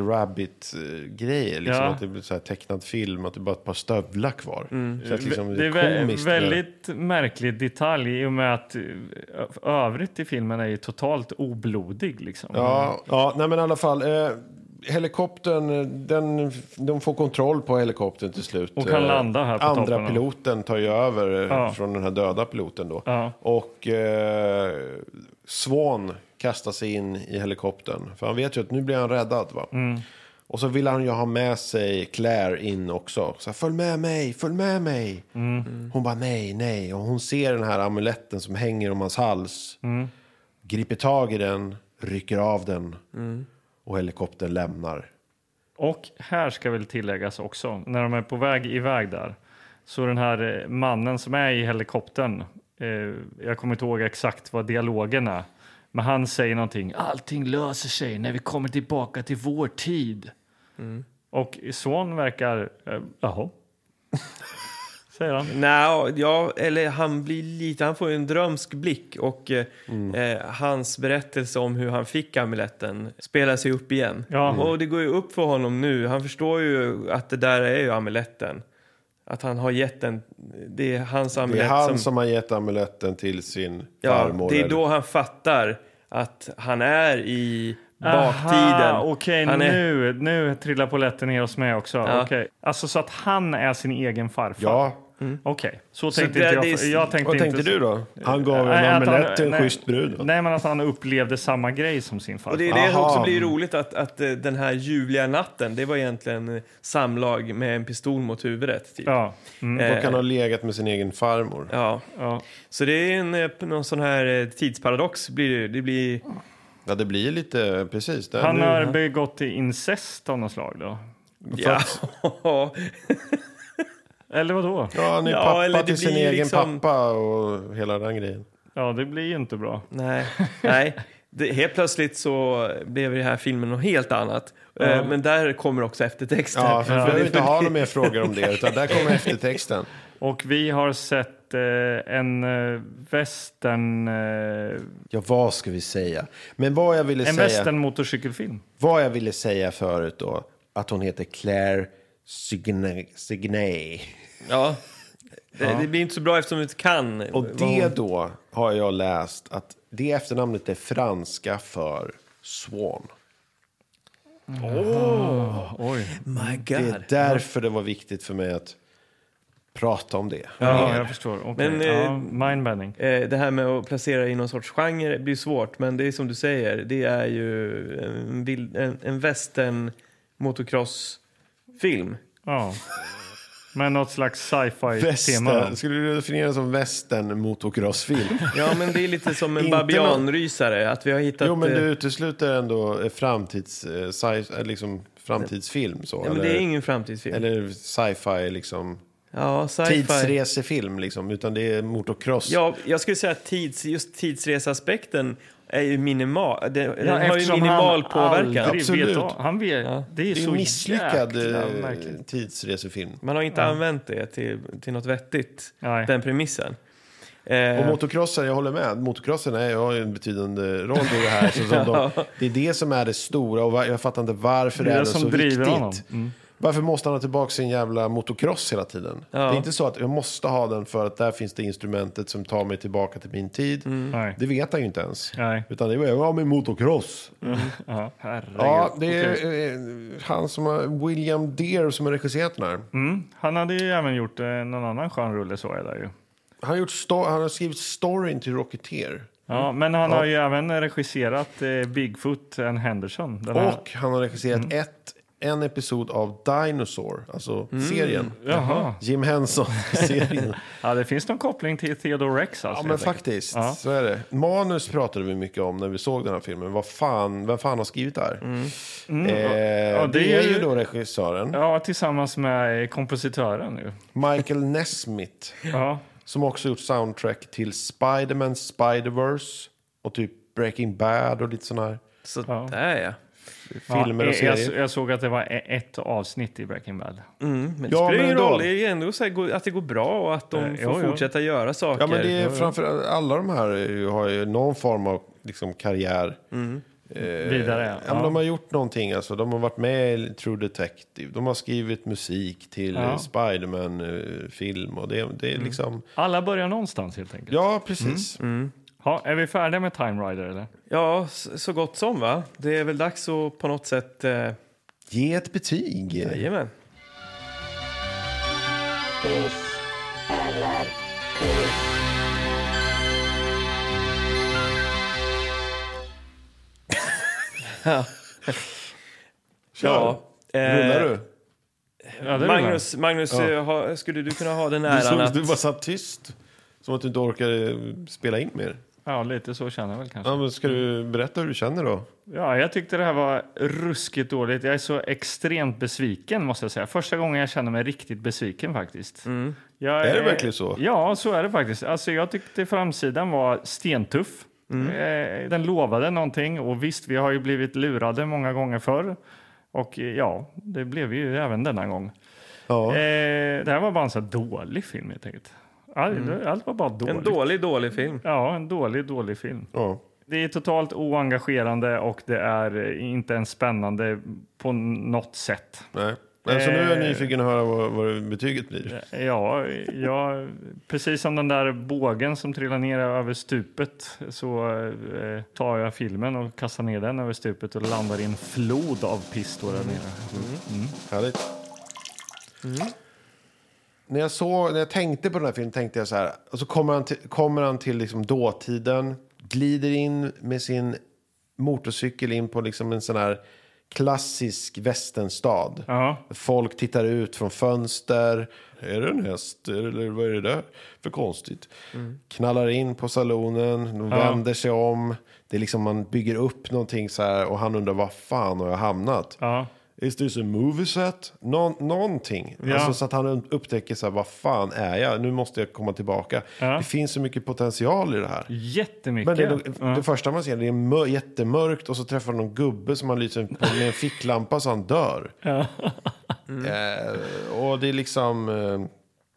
S2: Rabbit-grejer. Liksom,
S1: Ja.
S2: Att det blir så här tecknad film, att det bara är ett par stövlar kvar. Så att liksom,
S1: Mm. Det är vä-
S2: komiskt med-
S1: väldigt märklig detalj i och med att eh, ö- övrigt i filmen är ju totalt oblodig. Liksom.
S2: Ja, ja nej men i alla fall. Eh, helikoptern, eh, den, de får kontroll på helikoptern till slut.
S1: Och kan
S2: Eh,
S1: landa här på
S2: Andra
S1: toppen, ja.
S2: piloten tar ju över eh,
S1: Ja.
S2: från den här döda piloten då.
S1: Ja.
S2: Och eh, Swan kastar sig in i helikoptern. För han vet ju att nu blir han räddad va.
S1: Mm.
S2: Och så vill han ju ha med sig Claire in också. Så här, följ med mig, följ med mig.
S1: Mm.
S3: Mm.
S2: Hon bara nej, nej. Och hon ser den här amuletten som hänger om hans hals
S1: Mm.
S2: griper tag i den, rycker av den
S3: Mm.
S2: och helikoptern lämnar.
S1: Och här ska väl tilläggas också, när de är på väg iväg där, så den här eh, mannen som är i helikoptern, eh, jag kommer inte ihåg exakt vad dialogen är, men han säger någonting, allting löser sig när vi kommer tillbaka till vår tid. Och Swan verkar, eh, jaha, säger han.
S3: Nej, ja, eller han blir lite, han får ju en drömsk blick och eh,
S2: Mm.
S3: eh, hans berättelse om hur han fick amuletten spelar sig upp igen.
S1: Ja. Mm.
S3: Och det går ju upp för honom nu, han förstår ju att det där är ju amuletten. Att han har gett den, det är hans
S2: Det är
S3: amulett
S2: han som... har gett amuletten till sin
S3: ja,
S2: farmor.
S3: det är
S2: eller-
S3: då han fattar att han är i baktiden.
S1: Aha, Okej,
S3: han är,
S1: nu, nu trillar polletten ner oss med också.
S3: Ja.
S1: Okej. Alltså så att han är sin egen farfar?
S2: Ja,
S1: Okej, så
S3: Så
S1: tänkte
S3: det-
S1: inte
S3: det
S1: jag.
S3: är-
S1: jag tänkte
S2: vad tänkte
S1: inte så.
S2: du då? Han gav en
S1: Nej, att
S2: amulett
S1: han-
S2: till en
S1: nej.
S2: schysst brud.
S1: Nej, men att han upplevde samma grej som sin
S3: Och
S1: farfar.
S3: det är det som också
S2: Aha.
S3: blir roligt att, att eh, den här ljuvliga natten, det var egentligen eh, samlag med en pistol mot huvudet. Typ.
S1: Ja, mm,
S2: Och han har legat med sin egen farmor.
S3: Ja,
S1: ja.
S3: så det är en, eh, någon sån här eh, tidsparadox. Blir det, ju. det blir,
S2: Ja, det blir lite precis. Det,
S1: Han
S2: nu,
S1: har begått incest av något slag då?
S3: ja,
S1: Eller vad då?
S2: ja, han är
S3: Ja, eller
S2: pappa
S3: det
S2: till sin
S3: blir
S2: egen
S3: liksom-
S2: pappa och hela den grejen.
S1: Ja, det blir ju inte bra.
S3: nej, nej. Det, helt plötsligt så blev det här filmen något helt annat. Eh, Men där kommer också eftertexten.
S2: Ja, för vi
S3: För
S2: behöver
S3: det-
S2: inte ha några mer frågor om det, utan där kommer eftertexten.
S1: Och vi har sett ett, eh, en eh, västern, eh,
S2: Ja, vad ska vi säga? Men vad jag ville
S1: en
S2: säga...
S1: västernmotorcykelfilm.
S2: Vad jag ville säga förut då, att hon heter Claire Signe- Signay.
S3: Ja. Det, det blir inte så bra eftersom du inte kan.
S2: Och
S3: vad
S2: det
S3: hon-
S2: då har jag läst att det efternamnet är franska för Swan.
S1: Oj.
S3: My
S2: Det
S3: God.
S2: är därför det var viktigt för mig att prata om det.
S1: Ja, jag förstår. Okay.
S3: Men,
S1: Men,
S3: eh,
S1: ja, mindbending.
S3: Eh, Det här med att placera i någon sorts genre blir svårt, men det är som du säger, det är ju en, vild, en, en western motocrossfilm.
S1: Ja. Men något slags sci-fi-tema. då.
S2: Västern, skulle du definiera det som västern motocrossfilm?
S3: Ja, men det är lite som en
S2: Inte
S3: babianrysare, att vi har hittat...
S2: jo, men
S3: eh,
S2: du utesluter ändå eh, framtids, eh, sci, eh, liksom, framtidsfilm så?
S3: ja, men
S2: eller,
S3: det är ingen framtidsfilm.
S2: eller sci-fi liksom?
S3: ja, sci-fi.
S2: Tidsresefilm liksom, utan det är motocross.
S3: Ja, jag skulle säga att tids, just tidsresaspekten är ju minimal. Den, den har ju
S1: eftersom
S3: minimal
S1: han
S3: påverkan.
S1: aldrig
S2: Absolut.
S1: Vet, vad- han vet, Det är
S2: Det är
S1: så
S2: en misslyckad
S1: jäkla
S2: eh,
S1: märkligt.
S2: tidsresefilm.
S3: Man har inte använt det till, till något vettigt,
S1: Nej.
S3: den premissen.
S2: Och
S3: Eh,
S2: motocrossen, jag håller med. Motocrossen är, har ju en betydande roll i det här. Så som de, det är det som är det stora och va- jag fattar inte varför det,
S1: Det är
S2: är
S1: det
S2: så
S1: som driver
S2: viktigt.
S1: honom. Mm.
S2: Varför måste han ha tillbaka sin jävla motocross hela tiden? Det är inte så att jag måste ha den för att där finns det instrumentet som tar mig tillbaka till min tid. Mm.
S1: Nej.
S2: Det vet han ju inte ens.
S1: Mm. Nej.
S2: Utan det är bara, ja men motocross.
S1: Ja, herregud.
S2: Ja, det är
S1: Okej.
S2: eh, han som har, William Dear som har regisserat den här.
S1: Mm. Han hade ju även gjort eh, någon annan skön rulle så är det ju.
S2: Han, har gjort sto- han har skrivit storyn till Rocketeer.
S1: Ja, men han har ju även regisserat eh, Bigfoot and Henderson. Den här-
S2: Och han har regisserat ett, en episod av Dinosaur, alltså serien.
S1: Jaha.
S2: Jim Henson-serien.
S1: Ja, det finns någon koppling till Theodore Rex. Alltså,
S2: ja, men
S1: helt enkelt.
S2: faktiskt.
S1: Ja.
S2: Så är det. Manus pratade vi mycket om när vi såg den här filmen. Vad fan, vem fan har skrivit det här? Eh,
S1: ja,
S2: det, är ju då regissören,
S1: Ja, tillsammans med eh, kompositören. Ju.
S2: Michael Nesmith,
S1: Ja.
S2: som också gjort soundtrack till Spiderman, Spiderverse och typ Breaking Bad och lite sådana här
S3: så där ja.
S2: filmer och
S1: ja, eh, jag,
S2: serier. Eh,
S1: jag såg att det var e- ett avsnitt i Breaking Bad.
S3: Men det
S2: Ja,
S3: spelar
S2: men
S3: ingen
S2: ändå.
S3: roll, det är ju ändå så här, gå- att det går bra och att de
S1: Eh,
S3: får
S1: ja, ja.
S3: fortsätta göra saker.
S2: Ja, men det är framför alla de här är ju- har ju någon form av liksom, karriär.
S1: Vidare.
S2: Ja, men de har gjort någonting, alltså. de har varit med i True Detective, de har skrivit musik till eh,
S1: Ja.
S2: ja. Spiderman-film och det, det är liksom...
S1: Alla börjar någonstans helt enkelt.
S2: Ja, precis.
S1: Ja, är vi färdiga med Time Rider eller?
S3: Ja, så så gott som va? Det är väl dags att på något sätt... Eh,
S2: Ge ett betyg.
S3: jajamän.
S2: Kör.
S3: eh,
S2: Rullar du?
S1: Ja, det är
S3: Magnus, Magnus eh, ha, skulle du kunna ha den
S2: Du,
S3: äran
S2: såg,
S3: att...
S2: du bara satt tyst, som att du inte orkade eh, spela in mer.
S1: väl. Ja, lite så känner jag väl kanske.
S2: Ja, men ska du berätta hur du känner då?
S1: Ja, jag tyckte det här var ruskigt dåligt. Jag är så extremt besviken måste jag säga. Första gången jag känner mig riktigt besviken faktiskt. Jag
S2: Är det verkligen så?
S1: Ja, så är det faktiskt. Alltså, jag tyckte framsidan var stentuff. Eh, Den lovade någonting och visst, vi har ju blivit lurade många gånger förr. Och eh, ja, det blev vi ju även denna gång.
S2: Ja.
S1: Eh, det här var bara en så här dålig film helt enkelt. All, Allt var bara dåligt.
S3: En dålig, dålig film.
S1: Ja, en dålig, dålig film.
S2: ja.
S1: Det är totalt oengagerande och det är inte ens spännande på något sätt.
S2: Nej. Nej, Så nu är jag
S1: Eh.
S2: nyfiken att höra vad, vad betyget blir.
S1: Ja, jag, precis som den där bågen som trillar ner över stupet så eh, tar jag filmen och kastar ner den över stupet och landar i en flod av piss då där nere.
S2: Härligt. När, jag såg, när jag tänkte på den här filmen tänkte jag så här. Och så kommer han till, kommer han till liksom dåtiden. Glider in med sin motorcykel in på liksom en sån här klassisk västernstad.
S1: Ja.
S2: Folk tittar ut från fönster. Är det en häst? Eller vad är det där för konstigt? Knallar in på salonen. De vänder sig om. Det är liksom man bygger upp någonting så här. Och han undrar var fan har jag hamnat?
S1: Ja.
S2: Is this a movie set? Nå- någonting.
S1: Ja.
S2: Alltså, så att han upptäcker så här, vad fan är jag? Nu måste jag komma tillbaka.
S1: Ja.
S2: Det finns så mycket potential i det här.
S1: Jättemycket.
S2: Men det, är då-
S1: ja.
S2: det första man ser det är mör- jättemörkt och så träffar han någon gubbe som han lyser på med en ficklampa så han dör. Eh, och det är liksom... Eh,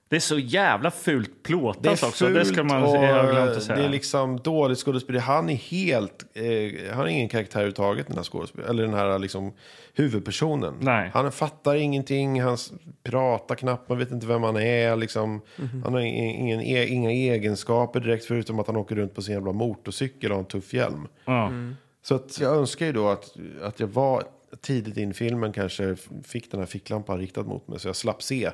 S1: Det är så jävla fult plåtat också. Det ska man
S2: och,
S1: jag har
S2: eh,
S1: glömt att säga.
S2: det är liksom dåligt skådespeleri. Han är helt... Eh, han har ingen karaktär överhuvudtaget, den här skådespelaren. Eller den här liksom, huvudpersonen.
S1: Nej.
S2: Han fattar ingenting, han s- pratar knappt, man vet inte vem han är. Liksom.
S1: Mhm.
S2: Han har ingen, ingen, e- inga egenskaper direkt, förutom att han åker runt på sin jävla motorcykel och har en tuff hjälm.
S1: Ja.
S2: Så att jag önskar ju då att, att jag var tidigt in i filmen kanske f- fick den här ficklampan riktad mot mig så jag slapp se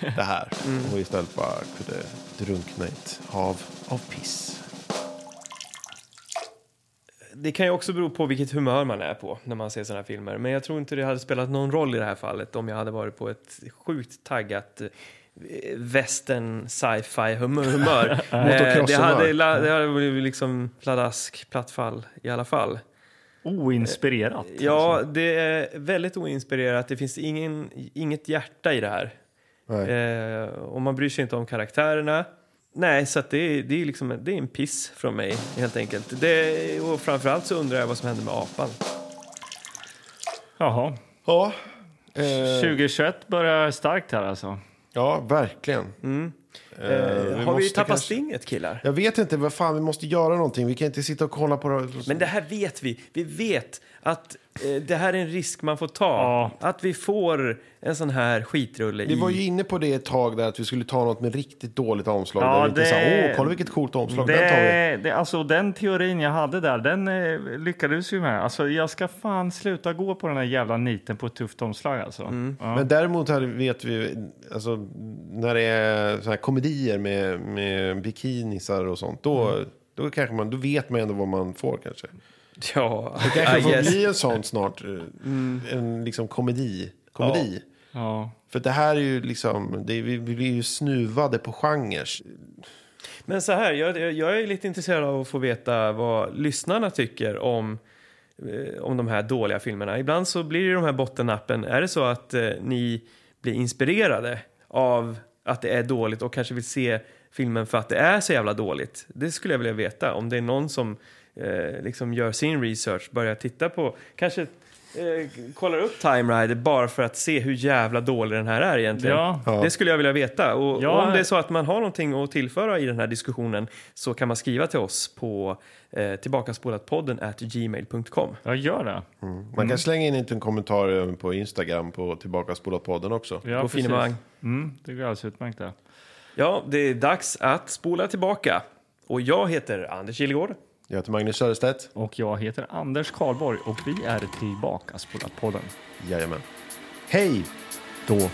S2: det här och istället bara kunde drunkna i ett hav av piss.
S3: Det kan ju också bero på vilket humör man är på när man ser såna här filmer. Men jag tror inte det hade spelat någon roll i det här fallet om jag hade varit på ett sjukt taggat eh, västern sci-fi humör. humör. Eh, det, hade, la- det hade blivit liksom pladask, plattfall i alla fall.
S1: Oinspirerat.
S3: Ja, det är väldigt oinspirerat. Det finns ingen, inget hjärta i det här.
S2: Nej.
S3: Eh, och man bryr sig inte om karaktärerna. Nej, så att det, är- det, är liksom, det är en piss från mig helt enkelt. Det, och framförallt så undrar jag vad som hände med apan.
S1: Jaha.
S2: Ja, eh,
S1: 2021 börjar starkt här alltså.
S2: ja verkligen. Eh, vi
S3: Har vi
S2: måste
S3: tappat
S2: kanske-
S3: stinget killar?
S2: Jag vet inte, vad fan, vi måste göra någonting. Vi kan inte sitta och kolla på det.
S3: Men det här vet vi. Vi vet att eh, det här är en risk man får ta.
S1: Ja.
S3: Att vi får en sån här skitrulle
S2: Vi
S3: i...
S2: var ju inne på det ett tag där att vi skulle ta något med riktigt dåligt omslag.
S1: Ja,
S2: där vi inte
S1: det-
S2: sa, åh, kolla vilket coolt omslag, den tar vi.
S1: Det, det, alltså, den teorin jag hade där, den eh, lyckades ju med. Alltså, jag ska fan sluta gå på den här jävla niten på ett tufft omslag alltså. Ja.
S2: Men däremot här vet vi, alltså, när det är så här komedier med, med bikinisar och sånt, då,
S1: Mm.
S2: då, kanske man, då vet man ändå vad man får kanske.
S1: Ah,
S3: Ja,
S2: Det kanske
S3: ah,
S2: får
S3: yes.
S2: bli en sån snart, eh, en liksom komedi. komedi.
S1: Mm. Ja.
S2: För det här är ju liksom, det, vi vi blir ju snuvade på genrer.
S3: Men så här, jag, jag- jag är lite intresserad av att få veta vad lyssnarna tycker om, eh, om de här dåliga filmerna. Ibland så blir det de här bottennappen. Är det så att eh, ni blir inspirerade av att det är dåligt och kanske vill se filmen för att det är så jävla dåligt? Det skulle jag vilja veta. Om det är någon som eh, liksom gör sin research, börjar titta på, kanske eh, kollar upp Time Rider bara för att se hur jävla dålig den här är egentligen.
S1: Ja.
S3: Det skulle jag vilja veta. Och,
S1: Ja.
S3: och om det är så att man har någonting att tillföra i den här diskussionen så kan man skriva till oss på eh, tillbakaspolatpodden at gmail.com.
S1: Jag gör det.
S2: Man
S1: Mm.
S2: kan slänga in en liten kommentar även på Instagram på Tillbaka spolat podden också.
S1: Ja,
S3: På
S1: precis.
S3: finemang.
S1: Mm, det går alldeles utmärkt det.
S3: Ja, det är dags att spola tillbaka. Och jag heter Anders Gillegård.
S2: Jag heter Magnus Sörestedt.
S1: Och jag heter Anders Karlborg och vi är tillbaka på podden.
S2: Jajamän. Hej då!